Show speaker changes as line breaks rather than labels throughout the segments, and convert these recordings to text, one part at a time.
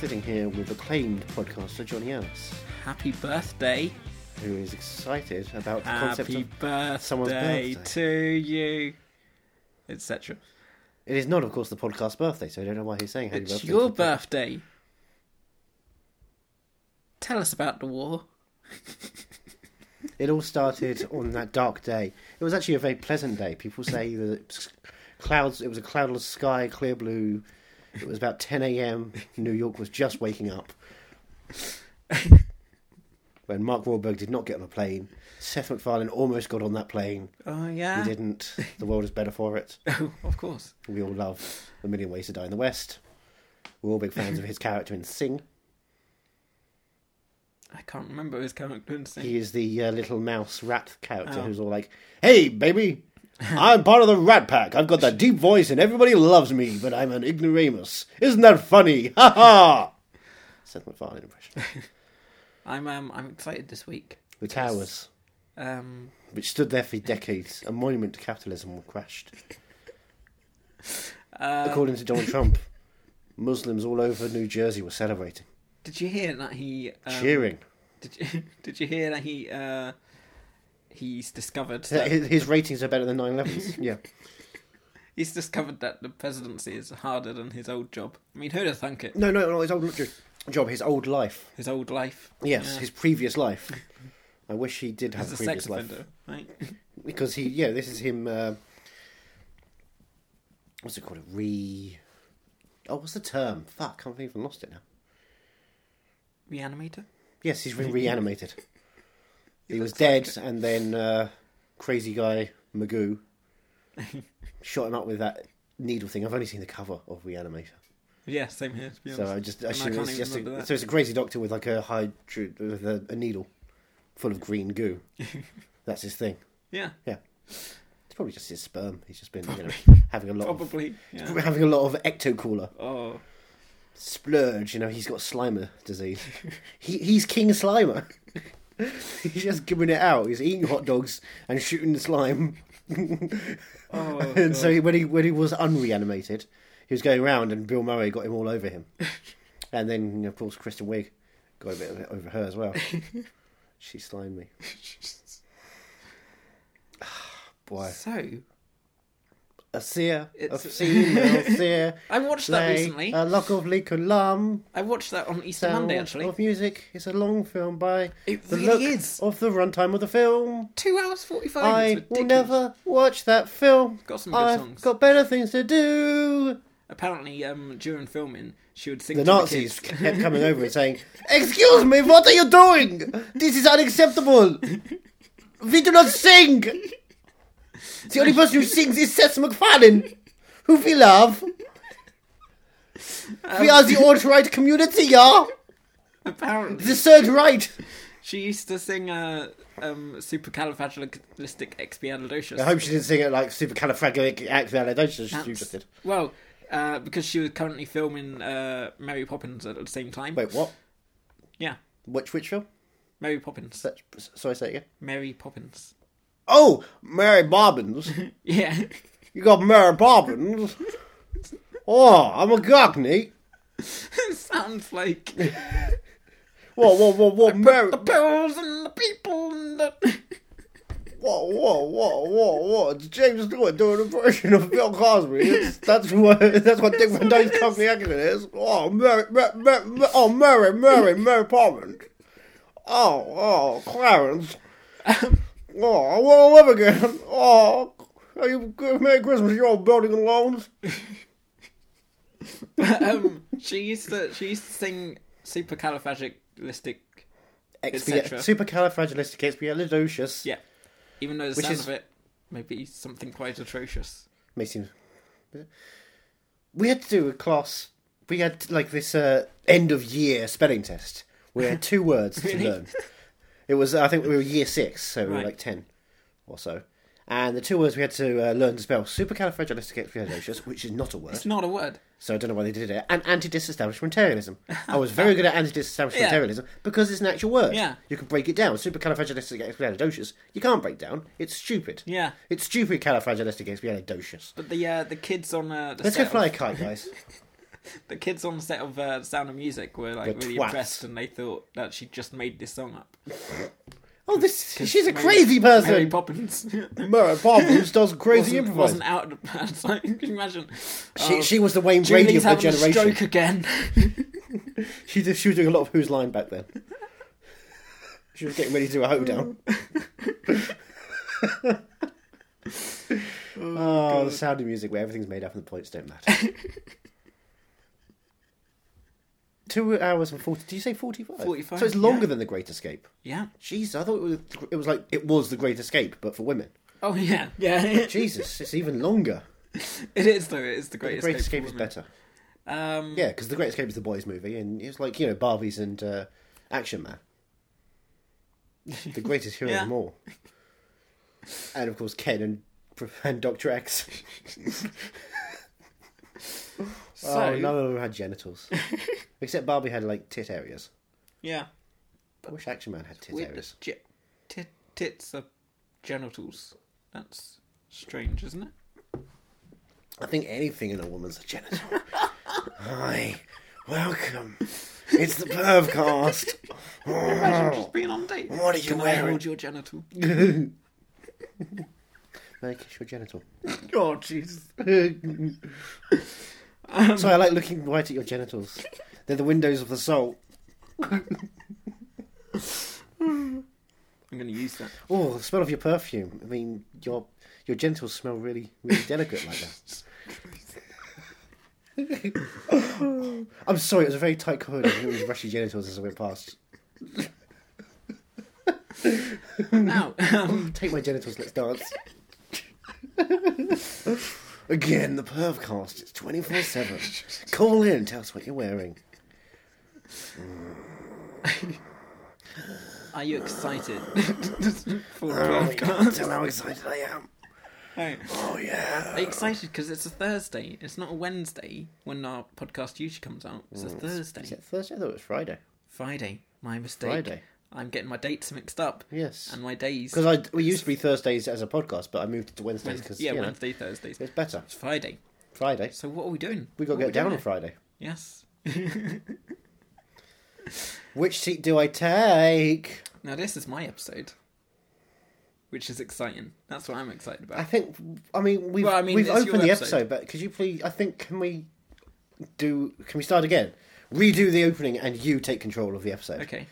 sitting here with acclaimed podcaster Johnny Alice,
Happy birthday.
who is excited about the concept
Happy
of.
birthday,
someone's birthday.
to you. Etc.
It is not, of course, the podcast's birthday, so I don't know why he's saying happy
It's
birthday.
your
to the-
birthday. Tell us about the war.
It all started on that dark day. It was actually a very pleasant day. People say that clouds. It was a cloudless sky, clear blue. It was about 10 a.m. New York was just waking up. When Mark Wahlberg did not get on a plane, Seth MacFarlane almost got on that plane.
Oh
He
yeah.
didn't. The world is better for it.
Oh, of course.
We all love A Million Ways to Die in the West. We're all big fans of his character in Sing.
I can't remember his current
He is the uh, little mouse rat character
Oh.
who's all like, "Hey, baby, I'm part of the Rat Pack. I've got that deep voice, and everybody loves me, but I'm an ignoramus. Isn't that funny? Ha ha!" Seth MacFarlane impression.
I'm um I'm excited this week.
The towers,
Um
which stood there for decades, a monument to capitalism, were crashed.
Uh,
According to Donald Trump, Muslims all over New Jersey were celebrating,
did you hear that he um,
cheering.
Did you did you hear that he uh he's discovered that
His, his ratings are better than 9/11's. yeah.
he's discovered that the presidency is harder than his old job. I mean who'd have thunk it?
No, no, no. His old job, his old life.
His old life.
Yes,
Yeah.
his previous life. I wish he did have
as
a
a
previous
sex
life
offender, right?
because he, yeah, this is him. Uh, what's it called? A re. Oh, what's the term? Fuck, I've even lost it now.
Reanimator?
Yes, he's been reanimated. he was dead, and then uh, crazy guy Magoo shot him up with that needle thing. I've only seen the cover of Reanimator,
Yeah, same here. To be
so
honest.
I just
And I
assume
can't
it's
even
just a,
remember that.
so it's a crazy doctor with like a hydro with a, a needle full of green goo. That's his thing.
yeah,
It's probably just his sperm. He's just been you know, having a lot of
probably. Yeah.
having a lot of ectocooler
Oh,
splurge. You know, he's got Slimer disease. he he's King Slimer. he's just giving it out. He's eating hot dogs and shooting slime.
oh.
and
God.
so when he when he was unreanimated, he was going around and Bill Murray got him all over him. and then of course Kristen Wiig got a bit of it over her as well. she slimed me. Boy,
So
a seer, a
It's-
female seer.
I watched that
Play uh,
recently.
a lock of column.
I watched that on Easter
Sound
Monday actually.
of music. It's a long film by
It
the
really
look
is.
of the runtime of the film.
Two hours forty five.
I will never watch that film.
Got some good
I've
songs.
got better things to do.
Apparently, um, during filming, she would sing
The
to
Nazis
the kids.
kept coming over and saying, "Excuse me, what are you doing? This is unacceptable. We do not sing. The only person who sings is Seth MacFarlane, who we love. we are the
Um,
alt-right community, yeah."
Apparently,
The third right.
she used to sing uh, um, supercalifragilisticexpialidocious.
I hope she didn't sing it like supercalifragilisticexpialidocious. You
That's-
just did.
Well, uh, because she was currently filming uh, Mary Poppins at the same time.
Wait, what?
Yeah,
Which which film?
Mary Poppins.
That, sorry, say it again.
Mary Poppins.
Oh, Mary Bobbins.
Yeah.
you got Mary Bobbins. Oh, I'm a cockney.
Sounds like
Whoa, whoa, whoa, whoa, Mary.
the pills and the people and the.
Whoa, whoa, whoa, whoa, whoa. It's James Stewart doing an impression of Bill Cosby. It's, that's what that's what Dick Van Dyke's cockney accent is. Oh, Mary, Mary, Mary, Mary- oh, Mary, Mary, Mary Poppins. Oh, oh, Clarence. Oh, I want to live again. Oh, are you good? Merry Christmas, you old building and loans.
um, she used to she used to sing supercalifragilistic. cetera.
Supercalifragilisticexpialidocious.
Yeah, even though the sound
is-
of it may be something quite atrocious.
may seem. We had to do a class. We had like this uh, end of year spelling test. We had two words to
Really?
learn. It was I think we were year six, so we were
Right.
like ten or so. And the two words we had to uh, learn to spell: supercalifragilisticexpialidocious, which is not a word.
It's not a word.
So I don't know why they did it. And anti-disestablishmentarianism. I was very good at anti-disestablishmentarianism because it's an actual word.
Yeah.
You can break it down. Supercalifragilisticexpialidocious. You can't break down. It's stupid.
Yeah,
It's stupid califragilisticexpialidocious.
but the uh, the kids on uh, the
Let's go
set
fly a
of,
kite, guys.
the kids on set of uh, Sound of Music were like
Were
really
twats.
impressed, and they thought that she just made this song up.
Oh, this she's a
Mary-
crazy
Mary
person.
Poppins
Mary Poppins does crazy
wasn't,
improvise.
wasn't out at the bad time. Can you imagine?
She,
Oh,
she was the Wayne Brady of
Julie's
her
having a
generation.
stroke again.
She, did, she was doing a lot of Who's Line back then. She was getting ready to do a hoedown. oh, the sound of music where everything's made up and the points don't matter. Two hours and forty. Did you say forty-five?
45,
So it's longer
yeah.
than the Great Escape.
yeah.
Jeez, I thought it was, it was like it was the Great Escape, but for women.
Oh yeah. Yeah.
Jesus, it's even longer.
it is though. It is the
The
greatest.
Great Escape is better.
Um,
Yeah, because the Great Escape is the boys' movie, and it's like you know Barbies and uh, Action Man. The greatest hero of
Yeah.
them all, and of course Ken and and Doctor X.
So
oh, none of them had genitals, except Barbie had like tit areas.
yeah.
I wish Action Man had tit
Weird
areas.
that ge- tit- tits are genitals. That's strange, isn't it?
I think anything in a woman's a genital. Hi, welcome. It's the Pervcast.
Imagine just being on date.
What are you
Can I
wearing?
hold your genital?
May I kiss your genital?
Oh, Jesus.
so I like looking right at your genitals. They're the windows of the soul.
I'm going to use that.
Oh, the smell of your perfume. I mean, your your genitals smell really, really delicate like that. I'm sorry, it was a very tight corridor. It was rushy genitals as I went past.
Now, um,
Take my genitals, let's dance. Again, the pervcast. It's 24 7. Call in, tell us what you're wearing.
are you excited? For
Oh,
Dwarf
you can't tell how excited I am.
Hey,
Oh,
Are
yeah.
you excited because it's a Thursday? It's not a Wednesday when our podcast usually comes out. It's a Thursday.
Is it Thursday? I thought it was Friday.
Friday. My mistake.
Friday.
I'm getting my dates mixed up.
Yes.
And my days.
Because I we used to be Thursdays as a podcast, but I moved it to Wednesdays because
yeah,
you know,
Wednesday, Thursdays.
it's better.
It's Friday.
Friday,
So what are we doing?
we got
What
to
are
get down
doing
on
here?
Friday.
Yes.
Which seat do I take?
Now this is my episode, which is exciting. That's what I'm excited
I
about.
think. I mean, we've
Well, I mean,
we've
it's your
opened the
episode.
episode, but could you please? I think can we do? Can we start again? Redo the opening, and you take control of the episode.
Okay.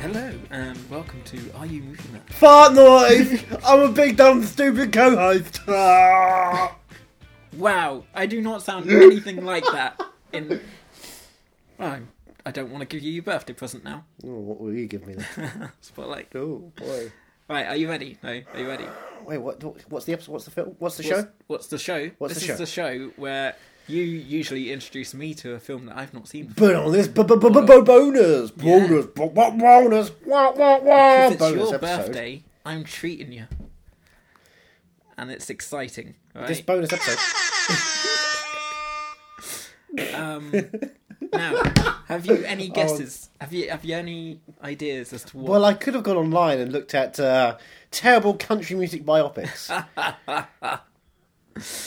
Hello and welcome to Are You Moving That?
Fart noise! I'm a big dumb stupid co-host. Ah.
Wow, I do not sound anything like that. In oh, I don't want to give you your birthday present now.
oh, what will you give me? Then?
Spotlight.
Oh boy!
Right, are you ready? No, are you ready?
Wait, what? What's the episode? What's the film? What's the
What's,
show?
what's the show?
What's
this
the
is the show where you usually introduce me to a film that I've not seen before.
But on this b- b- b- b- bonus, bonus, b- b- bonus, wah, wah, wah,
If it's
bonus
your
episode.
birthday, I'm treating you. And it's exciting, right?
This bonus episode.
um, now, have you any guesses? Have you have you any ideas as to what?
Oh. Well, I could have gone online and looked at uh, terrible country music biopics, but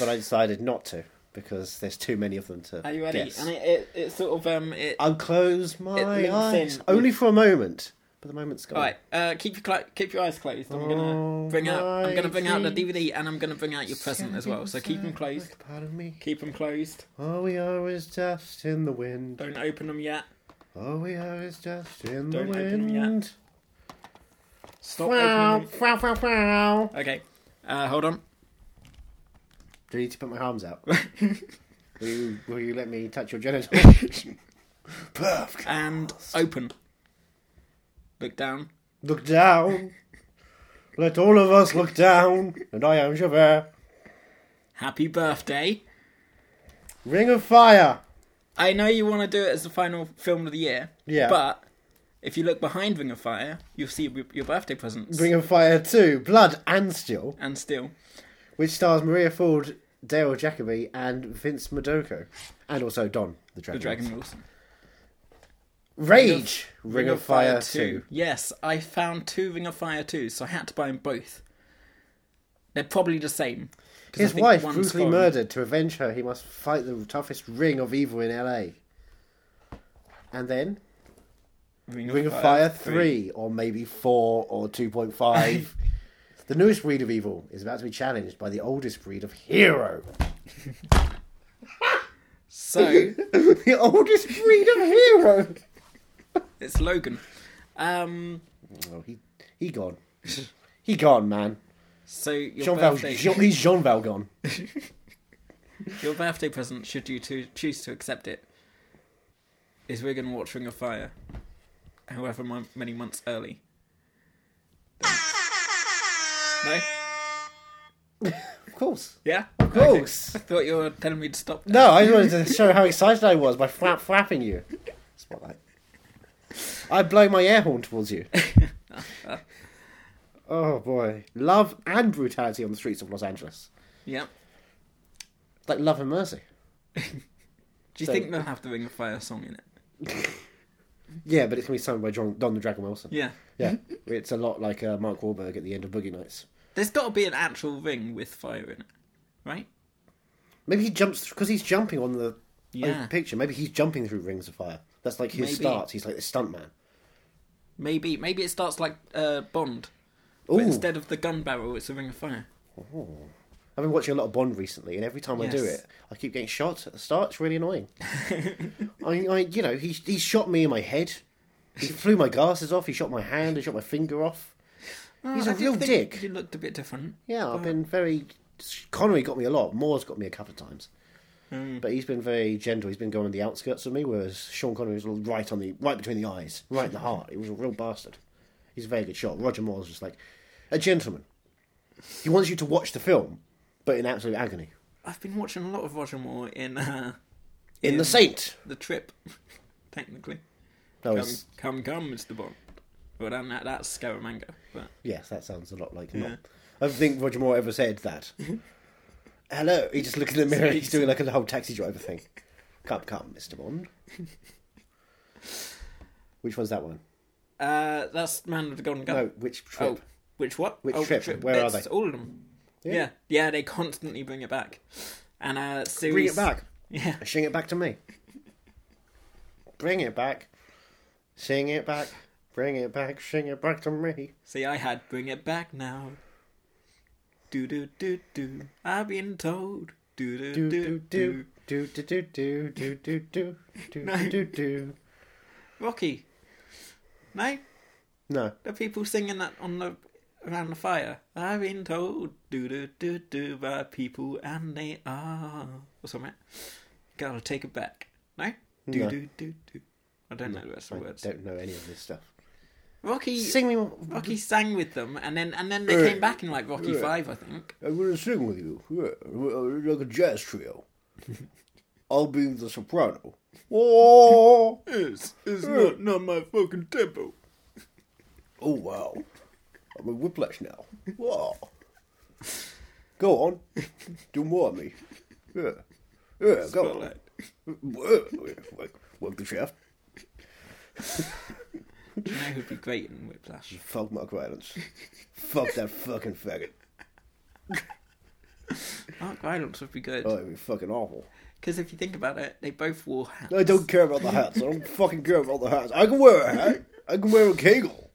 I decided not to because there's too many of them to.
are you ready?
Guess.
And it, it, it sort of um it
I'll close my
links
eyes
in
only for a moment, but the moment's gone.
All right, uh, keep your clo- keep your eyes closed. I'm
Oh
gonna bring out I'm gonna bring out the DVD and I'm gonna bring out your present as well. So keep them closed.
Pardon me.
Keep them closed.
All we are is dust in the wind.
Don't open them yet.
All we are is dust in the
Don't
wind.
open 'em yet. Stop
Wow,
opening
wow, wow, wow.
them. Okay, uh, hold on.
Do I need to put my arms out? will, you, will you let me touch your genitals? Perfect.
and open. Look down.
Look down. Let all of us look down. And I am Javert.
Happy birthday.
Ring of Fire.
I know you want to do it as the final film of the year.
Yeah.
But If you look behind Ring of Fire, you'll see b- your birthday presents.
Ring of Fire 2, Blood and Steel,
and still,
which stars Maria Ford, Dale Jacobi, and Vince Madoko. And also Don, the Dragon.
the Dragon Wilson.
Rage! Ring, of, Fire 2.
Yes, I found two Ring of Fire 2s, so I had to buy them both. They're probably the same. 'cause I
His
think
wife
one's
brutally
foreign.
murdered. To avenge her, he must fight the toughest ring of evil in LA. And then Ring
Uh,
of Fire 3, or maybe 4 or 2.5. the newest breed of evil is about to be challenged by the oldest breed of hero.
So,
the oldest breed of hero!
it's Logan. Um,
Oh, he, he gone. He gone, man.
so, your
Jean Val,
birthday...
Jean, he's Jean Val gone.
Your birthday present, should you to choose to accept it, is we're going to watch Ring of Fire, however mon- many months early. No?
Of course.
Yeah?
Of course.
I thought you were telling me to stop.
No, I just wanted to show how excited I was by flap flapping you. Spotlight. I blow my air horn towards you. oh boy. Love and brutality on the streets of Los Angeles.
Yeah.
Like love and mercy.
Do you
So-
think they'll have the Ring of Fire song in it?
Yeah, but it's going to be sung by John, Don the Dragon Wilson.
Yeah.
Yeah. It's a lot like uh, Mark Wahlberg at the end of Boogie Nights.
There's got to be an actual ring with fire in it, right?
Maybe he jumps because he's jumping on the
Yeah.
picture. Maybe he's jumping through rings of fire. That's like his
Maybe.
start. He's like the stuntman.
Maybe maybe it starts like uh, Bond,
Ooh.
but instead of the gun barrel, it's a ring of fire.
I've been watching a lot of Bond recently, and every time I do
Yes.
it, I keep getting shot at the start. It's really annoying. I, I, you know, he he shot me in my head. He flew my glasses off. He shot my hand. He shot my finger off. He's
a
a real dick.
You looked a bit different.
Yeah, I've been very. Connery got me a lot. Moore's got me a couple of times. But he's been very gentle. He's been going on the outskirts of me, whereas Sean Connery was right on the right between the eyes, right in the heart. He was a real bastard. He's a very good shot. Roger Moore's just like a gentleman. He wants you to watch the film, but in absolute agony.
I've been watching a lot of Roger Moore in uh,
In the Saint.
the trip, technically.
No,
Come,
Oh, it's,
come, come, Mr. Bond. Well, then that, that's Scaramanga. But
yes, that sounds a lot like not. I don't think Roger Moore ever said that. Hello, he just looks in the mirror. He's doing like a whole taxi driver thing. Come, come, Mister Bond. which one's that one?
uh, that's Man with the Golden Gun.
No, which
oh,
trip?
which what?
Which
oh,
trip? Where are
It's
they?
All of them. Yeah. yeah, they constantly bring it back. And uh, series
Bring it back.
Yeah,
Sing it back to me. Bring it back. Sing it back. Bring it back. Sing it back to me.
See, I had bring it back now. Do do do do. I've been told. Do
Do
do
do
do
do do
do.
do do do do do do do do do do.
Rocky. No,
No.
the people singing that on the around the fire. I've been told. Do do do do by people, and they are or something. Gotta take it back. No. Do
No.
do do do. I don't know the rest of the words.
Don't know any of this stuff.
Rocky.
Sing me. more-
Rocky sang with them, and then and then they came back in like Rocky Five, I think.
I'm going to sing with you, yeah, like a jazz trio. I'll be the soprano. Oh,
It's it's not not my fucking tempo.
oh wow. I'm a whiplash now. Wow. Go on. Do more of me. Yeah. Yeah, go on.
Spotlight.
Yeah, Work, work the shaft.
You know who'd be great in Whiplash?
Fuck Mark Rylance. Fuck that fucking faggot.
Mark Rylance would be good.
Oh, it'd be fucking awful.
Because if you think about it, they both wore hats.
I don't care about the hats. I don't fucking care about the hats. I can wear a hat. I can wear a kegel.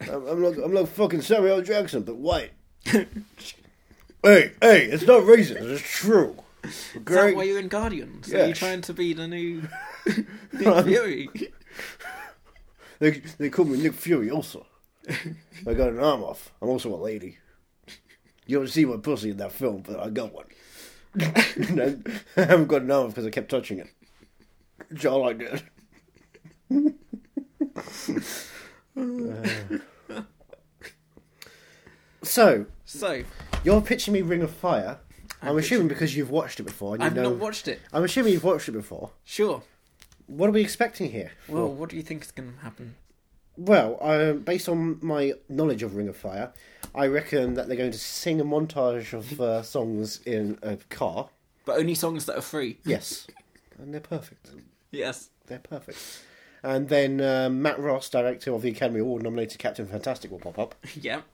I'm, I'm like I'm like fucking Samuel L. Jackson, but white. Hey, hey, it's not racist. It's true.
Is that
Greg,
why you're in Guardians? Are you
Yes.
trying to be the new Nick Fury?
they they call me Nick Fury also. I got an arm off. I'm also a lady. You don't see my pussy in that film, but I got one. And I, I haven't got an arm because I kept touching it. That's all I did. Uh. so,
So,
you're pitching me Ring of Fire. I'm assuming because you've watched it before. And you
I've
know,
not watched it.
I'm assuming you've watched it before.
Sure.
What are we expecting here?
Well, what do you think is going to happen?
Well, uh, based on my knowledge of Ring of Fire, I reckon that they're going to sing a montage of uh, songs in a car.
But only songs that are free.
Yes, and they're perfect.
Yes.
They're perfect. And then uh, Matt Ross, director of the Academy Award nominated Captain Fantastic, will pop up.
Yep.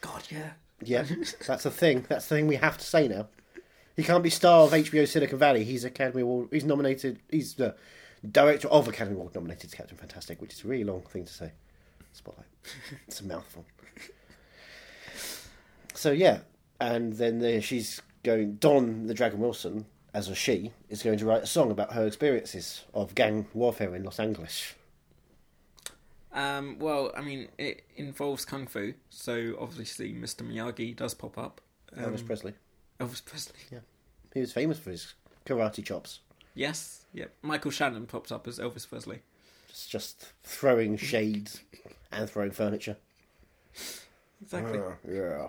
God, yeah.
Yeah, that's the thing. That's the thing we have to say now. He can't be star of HBO Silicon Valley. He's Academy Award. He's nominated. He's the director of Academy Award nominated Captain Fantastic, which is a really long thing to say. Spotlight. It's a mouthful. So yeah, and then there, she's going. Don the Dragon Wilson, as a she, is going to write a song about her experiences of gang warfare in Los Angeles.
Um, well, I mean, it involves kung fu, so obviously Mr. Miyagi does pop up. Um,
Elvis Presley.
Elvis Presley.
Yeah, he was famous for his karate chops.
Yes. Yep. Michael Shannon pops up as Elvis Presley.
It's just throwing shades and throwing furniture. Ah.
Exactly.
Yeah,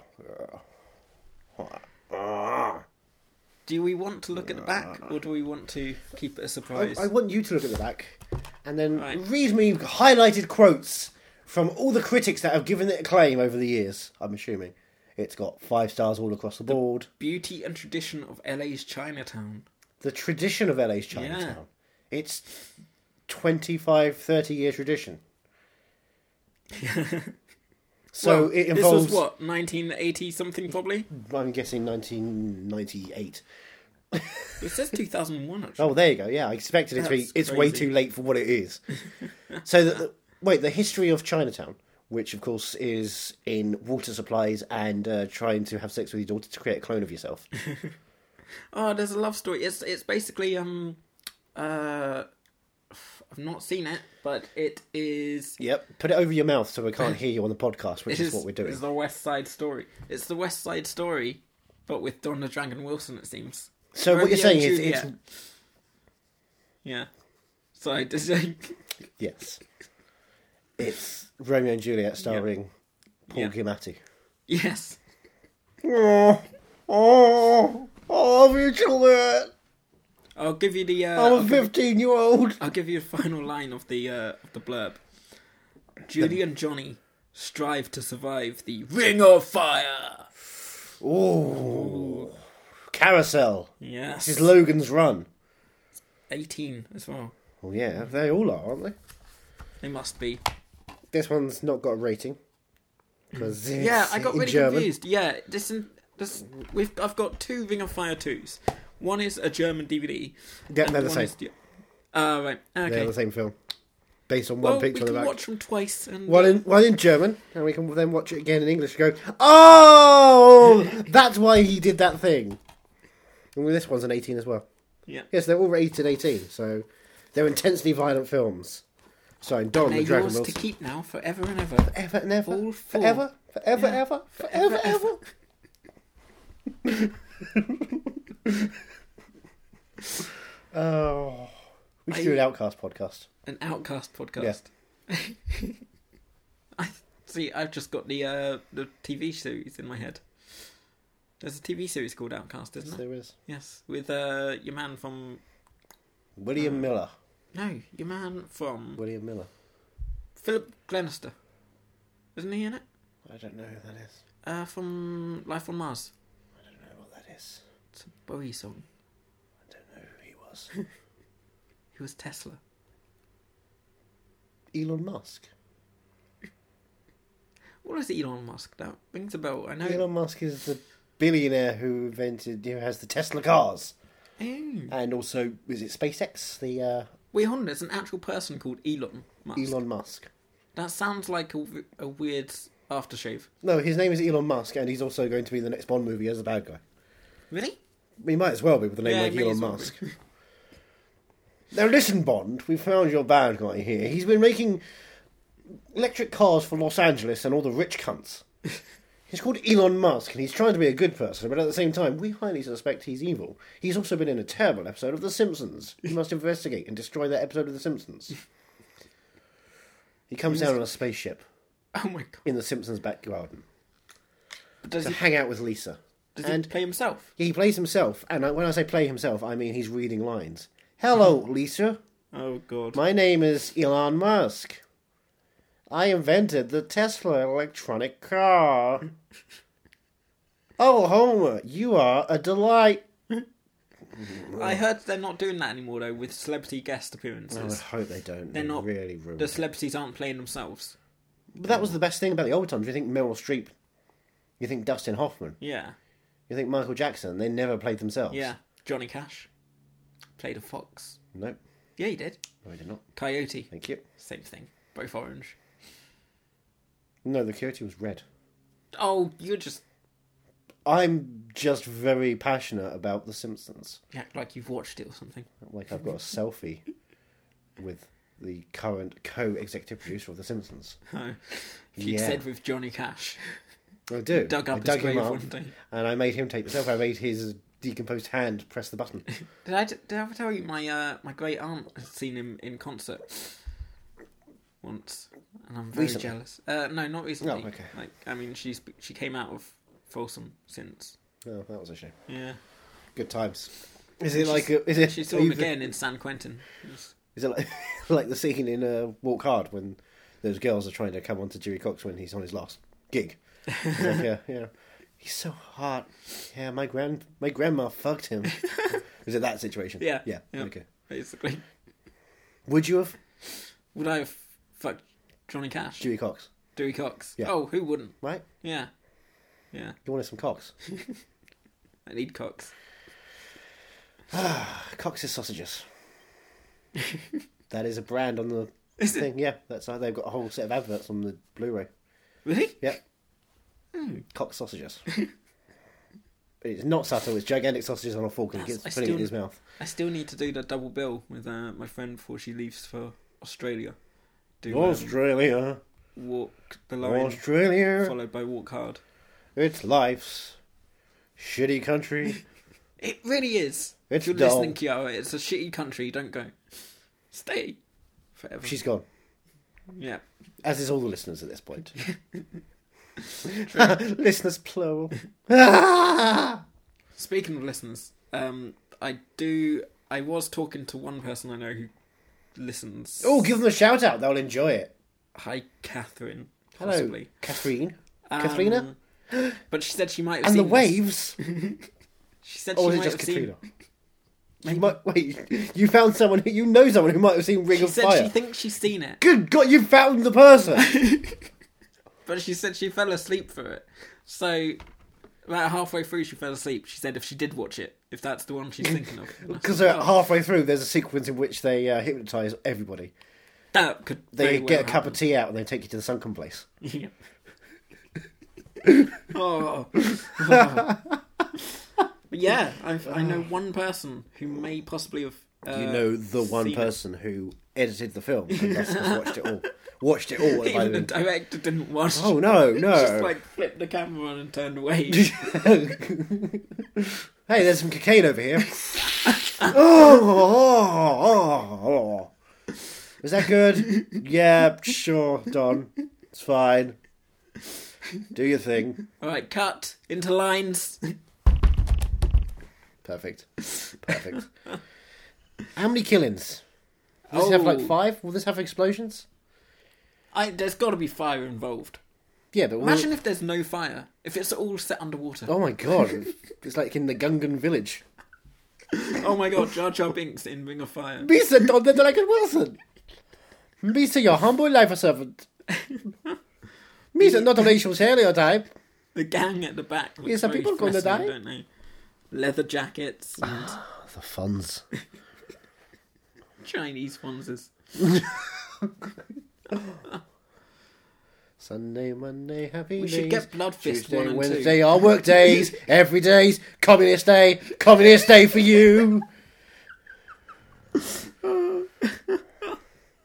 yeah.
Do we want to look at the back, or do we want to keep it a surprise?
I want you to look at the back and then
Right.
read me highlighted quotes from all the critics that have given it acclaim over the years. I'm assuming it's got five stars all across the board.
Beauty and tradition of LA's Chinatown.
The tradition of LA's Chinatown. It's 25, 30 year tradition. so
Well,
it involves.
This was what 1980 something probably.
I'm guessing 1998.
It says 2001 actually.
Oh, there you go. Yeah, I expected it to be.
That's
It's way
crazy.
too late for what it is. so, the, the, wait, the history of Chinatown, which of course is in water supplies and uh, trying to have sex with your daughter to create a clone of yourself.
Oh, there's a love story. It's it's basically um uh I've not seen it, but it is
yep. Put it over your mouth so we can't hear you on the podcast, which
it
is, what we're
It's
doing.
the West Side Story. It's the West Side Story, but with Donna Dragon Wilson. It seems.
So what
Romeo
you're saying
and
is, it's
Juliet. yeah. So I just like
yes, it's Romeo and Juliet starring Paul
Yeah.
Giamatti.
yes.
Oh, oh, I love you, Juliet.
I'll give you the. Uh,
I'm
I'll,
a 15 year old.
I'll give you the final line of the uh, of the blurb. Judy and Johnny strive to survive the Ring of Fire.
Ooh. Carousel.
Yes.
This is Logan's Run.
18 as well.
Well, yeah, they all are, aren't they?
They must be.
This one's not got a rating. 'Cause it's
Yeah, I got
in
really
German.
confused. Yeah, this and this we've I've got two Ring of Fire twos. One is a German DVD.
Yeah,
and
they're the
one
same.
is the- Ah, right.
They're
Okay.
the same film, based on one
well, we
picture on
can
the back.
watch them twice. And
One in one in German, and we can then watch it again in English. And go, oh, that's why he did that thing. And this one's an eighteen as well.
yeah,
Yes, they're all rated eighteen, so they're intensely violent films. So Don
they're
the Dragon
yours
Wilson.
to keep now forever and ever.
Ever and ever,
All four.
forever, forever, ever, forever, ever. oh, we should do an Outcast podcast.
An Outcast podcast. I see. I've just got the uh, the TV series in my head. There's a TV series called Outcast, isn't there?
There is
Yes, with uh, your man from
William
Oh.
Miller.
no, your man from
William Miller.
Philip Glenister. Isn't he in it?
I don't know who that is.
Uh, from Life on Mars.
I don't know what that is.
It's a Bowie song.
I don't know who he was.
He was Tesla.
Elon Musk.
What is Elon Musk? That rings a bell. I know.
Elon Musk is the billionaire who invented, who has the Tesla cars,
Oh.
and also is it SpaceX? The uh,
Wait, hold on. There's an actual person called Elon Musk.
Elon Musk.
That sounds like a, w- a weird aftershave.
No, his name is Elon Musk, and he's also going to be in the next Bond movie as the bad guy.
Really?
He might as well be with the name
Yeah,
like
he may
Elon
as well
Musk. now listen, Bond, we found your bad guy here. He's been making electric cars for Los Angeles and all the rich cunts. he's called Elon Musk, and he's trying to be a good person, but at the same time, we highly suspect he's evil. He's also been in a terrible episode of The Simpsons. You must investigate and destroy that episode of The Simpsons. He comes down on a spaceship
Oh my god.
in the Simpsons back garden
But does
to
he,
hang out with Lisa.
does
and
he play himself?
yeah, he plays himself, and I, when I say play himself, I mean he's reading lines.
Mm-hmm.
Hello, Lisa.
Oh god.
My name is Elon Musk. I invented the Tesla electronic car. Oh, Homer, you are a delight.
I heard they're not doing that anymore though with celebrity guest
I
appearances.
hope they don't.
They're
They're
not-
not really rude.
The celebrities aren't playing themselves.
But that was the best thing about the old times. You think Meryl Streep, you think Dustin Hoffman,
Yeah.
you think Michael Jackson. They never played themselves.
Yeah. Johnny Cash played a fox.
Nope.
Yeah, he did.
No, they did not.
Coyote.
Thank you.
Same thing. Both orange.
No, the coyote was red.
Oh, you're just
I'm just very passionate about The Simpsons.
you act like you've watched it or something.
Like I've got a selfie with the current co-executive producer of The Simpsons.
No. If you'd
Yeah.
said with Johnny Cash,
I do.
dug
I
up
dug
his grave
him up
one day.
and I made him take the selfie. I made his decomposed hand press the button.
Did I, did I ever tell you my uh, my great aunt had seen him in concert once, and I'm very
Recently?
jealous. Uh, no, not recently.
Oh, okay.
Like I mean, she's she came out of Folsom since.
Oh, that was a shame.
Yeah.
Good times. Is it like a, is it
She saw
are
him
you-
again in San Quentin. It was-
Is it like, like the scene in uh, Walk Hard when those girls are trying to come on to Dewey Cox when he's on his last gig? It's like, yeah, yeah. He's so hot. Yeah, my grand my grandma fucked him. Is it that situation?
Yeah.
Yeah.
Yeah.
Okay.
Basically,
Would you have
would I have fucked Johnny Cash,
Dewey Cox?
Dewey Cox?
Yeah.
Oh, who wouldn't?
Right?
Yeah, yeah.
You wanted some Cox.
I need Cox.
Cox is sausages. that is a brand on the
Is it?
thing. Yeah, that's how they've got a whole set of adverts on the Blu-ray.
Really?
Yep. Cox sausages. it's not subtle. It's gigantic sausages on a fork and he
That's-
gets
I still-
putting it in his mouth.
I still need to do the double bill with uh, my friend before she leaves for Australia. Do um,
Australia,
walk the line,
Australia,
followed by walk hard.
it's life's shitty country.
It really is. if
It's
you're
dull.
listening, Kiara, it's a shitty country. Don't go. Stay forever.
She's gone,
Yeah.
as is all the listeners at this point. listeners plural.
Speaking of listeners, um, I do. I was talking to one person I know who listens.
Oh, give them a shout out. They'll enjoy it.
hi, Catherine.
Hello,
Possibly.
Catherine.
Um,
Katharina?
But she said she might have
And
seen
the
this.
waves.
She said
Or
she
was it
might
just
have seen
Katrina? You might, wait, you found someone who you know someone who might have seen Ring
She
of
said
Fire.
she thinks she's seen it,
Good God, you found the person.
but she said she fell asleep for it. So about halfway through, she fell asleep. She said if she did watch it, if that's the one she's thinking of, And I
Because
said,
uh,
"Oh,
halfway through, there's a sequence in which they uh, hypnotise everybody.
that could
They
very
get
well
a cup of tea out and they take you to the sunken place.
happen." Yeah. oh. But yeah, I've, I know
Ah.
one person who may possibly have. Uh,
you know the one
seen it.
person who edited the film and thus has watched it all. Watched it all. by
Even the
the...
director didn't watch.
Oh no,
Just
no!
like flipped the camera on and turned away.
hey, there's some cocaine over here. oh, oh, oh, oh. was that good? yeah, sure, Don. It's fine. Do your thing.
All right, cut into lines.
Perfect. Perfect. How many killings? Will this have like
Oh.
five? Will this have explosions?
I, there's got to be fire involved.
Yeah, but will-
Imagine if there's no fire. If it's all set underwater.
Oh
Oh,
my god! it's like in the Gungan village.
Oh my god, Jar Jar Binks in Ring of Fire.
Misa Don the Dragon Wilson. Misa, your humble life servant. Misa, not a racial stereotype.
The gang at the back. looks
Yes, are
very
people gonna
threatening,
die?
Don't they? Leather jackets and
The funds.
Chinese sponsors.
Sunday, Monday, happy
We
days.
should get Blood Fist
Tuesday,
one and
Wednesday are work days. Every day's communist day. Communist day for you.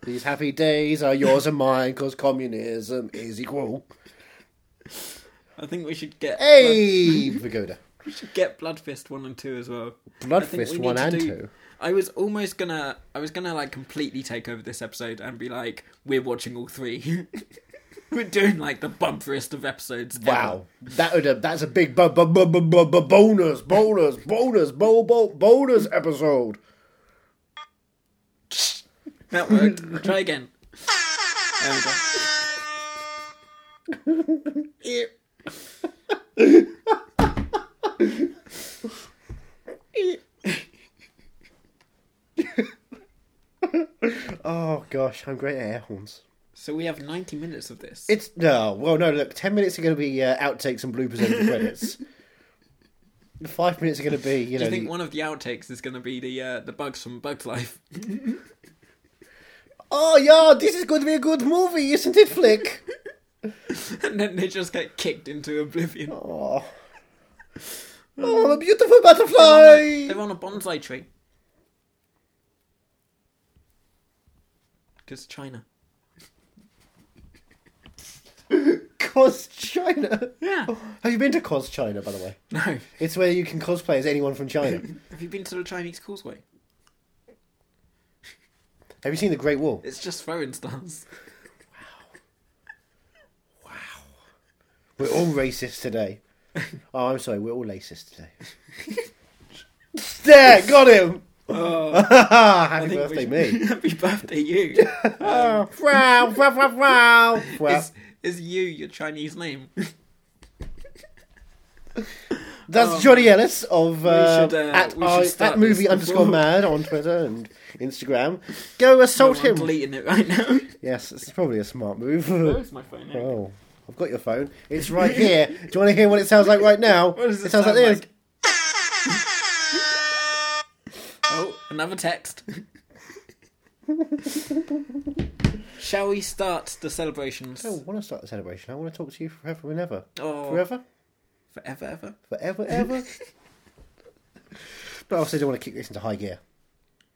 These happy days are yours and mine because communism is equal.
I think we should get.
Hey, Vagoda.
We should get Blood Fist one and two as well. I
Blood
think we
Fist
need
1
to
and
do-
2.
I was almost gonna. I was gonna like completely take over this episode and be like, we're watching all three. we're doing like the bumperiest of episodes. ever.
Wow, that would have, that's a big bu- bu- bu- bu- bu- bu- bonus, bonus, bonus, bo- bo- bonus episode.
That worked. Try again. There we go.
Eep. oh gosh, I'm great at air horns.
So we have 90 minutes of this.
It's no, well, no. Look, ten minutes are going to be uh, outtakes and bloopers over the credits. Five minutes are going to be, you
Do
know,
you think
the-
one of the outtakes is going to be the uh, the bugs from Bugs Life?
oh yeah, this is going to be a good movie, isn't it, Flick?
and then they just get kicked into oblivion.
oh, oh, a beautiful butterfly.
They're on a bonsai tree. Because China.
Cos China.
Yeah.
Have you been to Cos China, by the way?
No. Have
It's where you can cosplay as anyone from China.
you been to the Chinese causeway?
Have you seen the Great Wall?
It's just throwing stars.
We're all racist today. Oh, I'm sorry, we're all racist today. there, got him. Oh, Ah, Happy birthday, me.
Happy birthday, you.
Oh, wow, wow, wow, wow. Well,
is, is you your Chinese name?
that's
um,
Johnny Ellis of uh,
should, uh,
at,
we should
I- at
start this
movie underscore
before-
mad on Twitter and Instagram. Go assault
I'm
him.
deleting it right now.
Yes, it's probably a smart move.
Where's my phone? There we go.
Oh, I've got your phone. It's right here. Do you want to hear what it sounds like right now?
What does it
sounds
sound
like this.
like? Oh, another text. Shall we start the celebrations?
Oh, I don't want to start the celebration. I want to talk to you forever and ever.
Oh.
Forever?
Forever, ever.
Forever, ever? but I also don't want to kick this into high gear.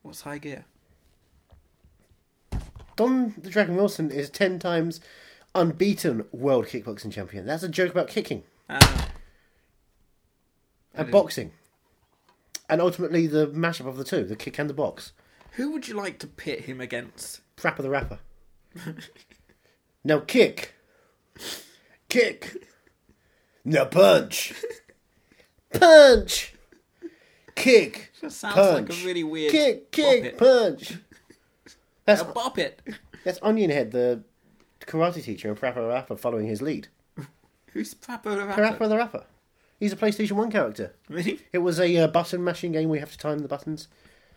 What's high gear?
Don the Dragon Wilson is 10 times unbeaten world kickboxing champion. That's a joke about kicking
Uh,
and
didn't-
boxing. And ultimately the mashup of the two, the kick and the box.
who would you like to pit him against?
Frapper the Rapper. now kick. Kick. Now punch. Punch. Kick.
Just sounds
punch.
like a really weird.
kick, kick,
bop it.
punch. That's,
A bop it.
that's Onion Head, the karate teacher, and Frapper the Rapper following his lead.
Who's Prapper the Rapper?
Frapper the Rapper. He's a PlayStation 1 character.
Really?
It was a uh, button mashing game where you have to time the buttons.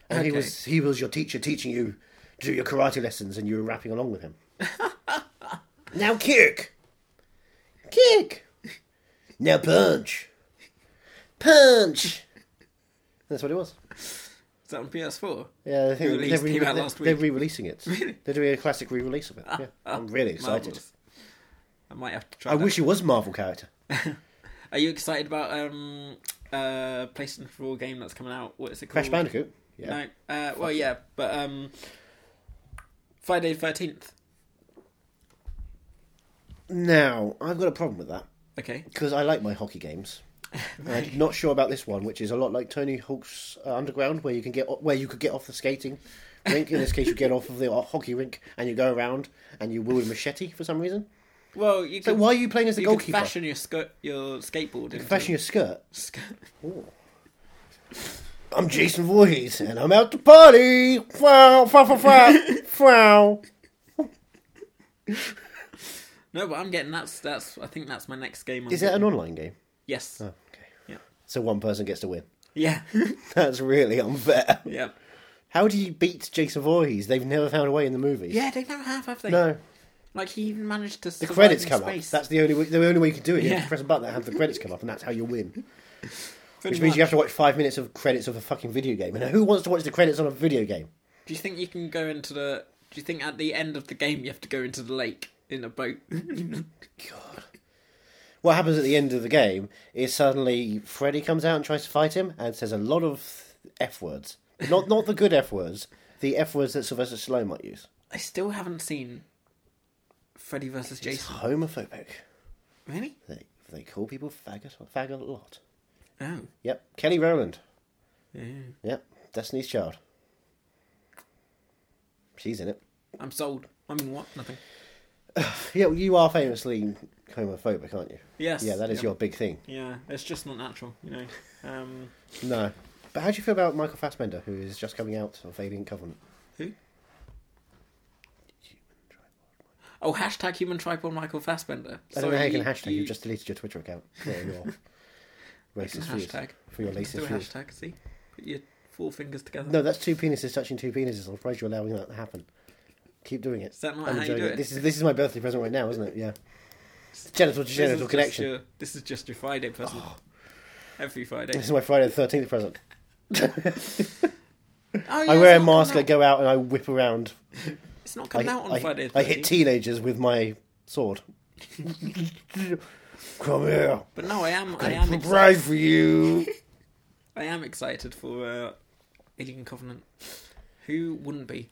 And he
Okay.
was he was your teacher teaching you to do your karate lessons and you were rapping along with him. now kick. Kick. Now punch. Punch. That's what it was.
Is that on PS4?
Yeah, I think they're,
Released,
re-
came out
they're,
last
they're
week. Ah.
re-releasing it. They're doing a classic re-release of it. Yeah, I'm really excited.
Marvellous. Oh, I might have to try.
I
that.
wish he was a Marvel character.
Are you excited about um uh PlayStation 4 game that's coming out? What is it called?
Crash Bandicoot. Yeah.
No. Uh, well, yeah, but um, Friday the thirteenth.
Now I've got a problem with that.
Okay.
because I like my hockey games. And I'm not sure about this one, which is a lot like Tony Hawk's uh, Underground, where you can get o- where you could get off the skating rink. In this case, you get off of the uh, hockey rink and you go around and you wield a machete for some reason.
Well, you
So
can
why are you playing as the
you can
goalkeeper?
fashion your skirt, your skateboard. Into
Fashion your skirt.
skirt.
I'm Jason Voorhees and I'm out to party. Wow, wow, wow, wow, wow.
No, but I'm getting that's that's. I think that's my next game. I'm
Is Oh. that an
getting.
online game?
Yes.
Okay.
Yeah.
So one person gets to win.
Yeah.
That's really unfair.
yeah.
How do you beat Jason Voorhees? They've never found a way in the movies.
Yeah. They never have, have they?
No.
Like he even managed to.
The credits come
space.
up. That's the only way, the only way you can do it. You have
Yeah.
to press a button and have the credits come up, and that's how you win.
Pretty
Which means you
much.
have to watch five minutes of credits of a fucking video game. And who wants to watch the credits on a video game?
Do you think you can go into the? Do you think at the end of the game you have to go into the lake in a boat?
God. What happens at the end of the game is suddenly Freddy comes out and tries to fight him and says a lot of f words, not not the good f words, the f words that Sylvester Stallone might use.
I still haven't seen Freddy versus
It's
Jason.
homophobic.
Really?
They they call people faggot faggot a lot.
Oh.
Yep, Kelly Rowland.
Yeah.
Yep, Destiny's Child. She's in it.
I'm sold. I mean, what? Nothing.
Yeah, well, you are famously homophobic, aren't you?
Yes.
Yeah, that is
yeah.
your big thing.
Yeah, it's just not natural, you know. Um,
No. But how do you feel about Michael Fassbender, who is just coming out of Alien Covenant?
who? Oh, hashtag human tripod Michael Fassbender.
I don't know how you can hashtag. You, have just deleted your Twitter account for your racist views.
hashtag.
For your
Let's do
racist
a
views.
hashtag. See, put your four fingers together.
No, that's two penises touching two penises. I'm surprised you're allowing that to happen. Keep doing it.
Is that not
I'm
how you
enjoying
do it?
Oh, This is this is my birthday present right now, isn't it? Yeah. Genital to genital
just
connection. Oh.
your- this is just your Friday present. Every Friday.
This is my Friday the thirteenth present.
Oh, yeah,
I
it's
wear a
not
mask. I
come out-
go out and I whip around.
It's not
I,
coming out on
I-
Friday. the
I hit
13th.
teenagers with my sword. Come here.
But no, I am. I am.
I
Ex-
provide for you.
I am excited for uh, Alien Covenant. Who wouldn't be?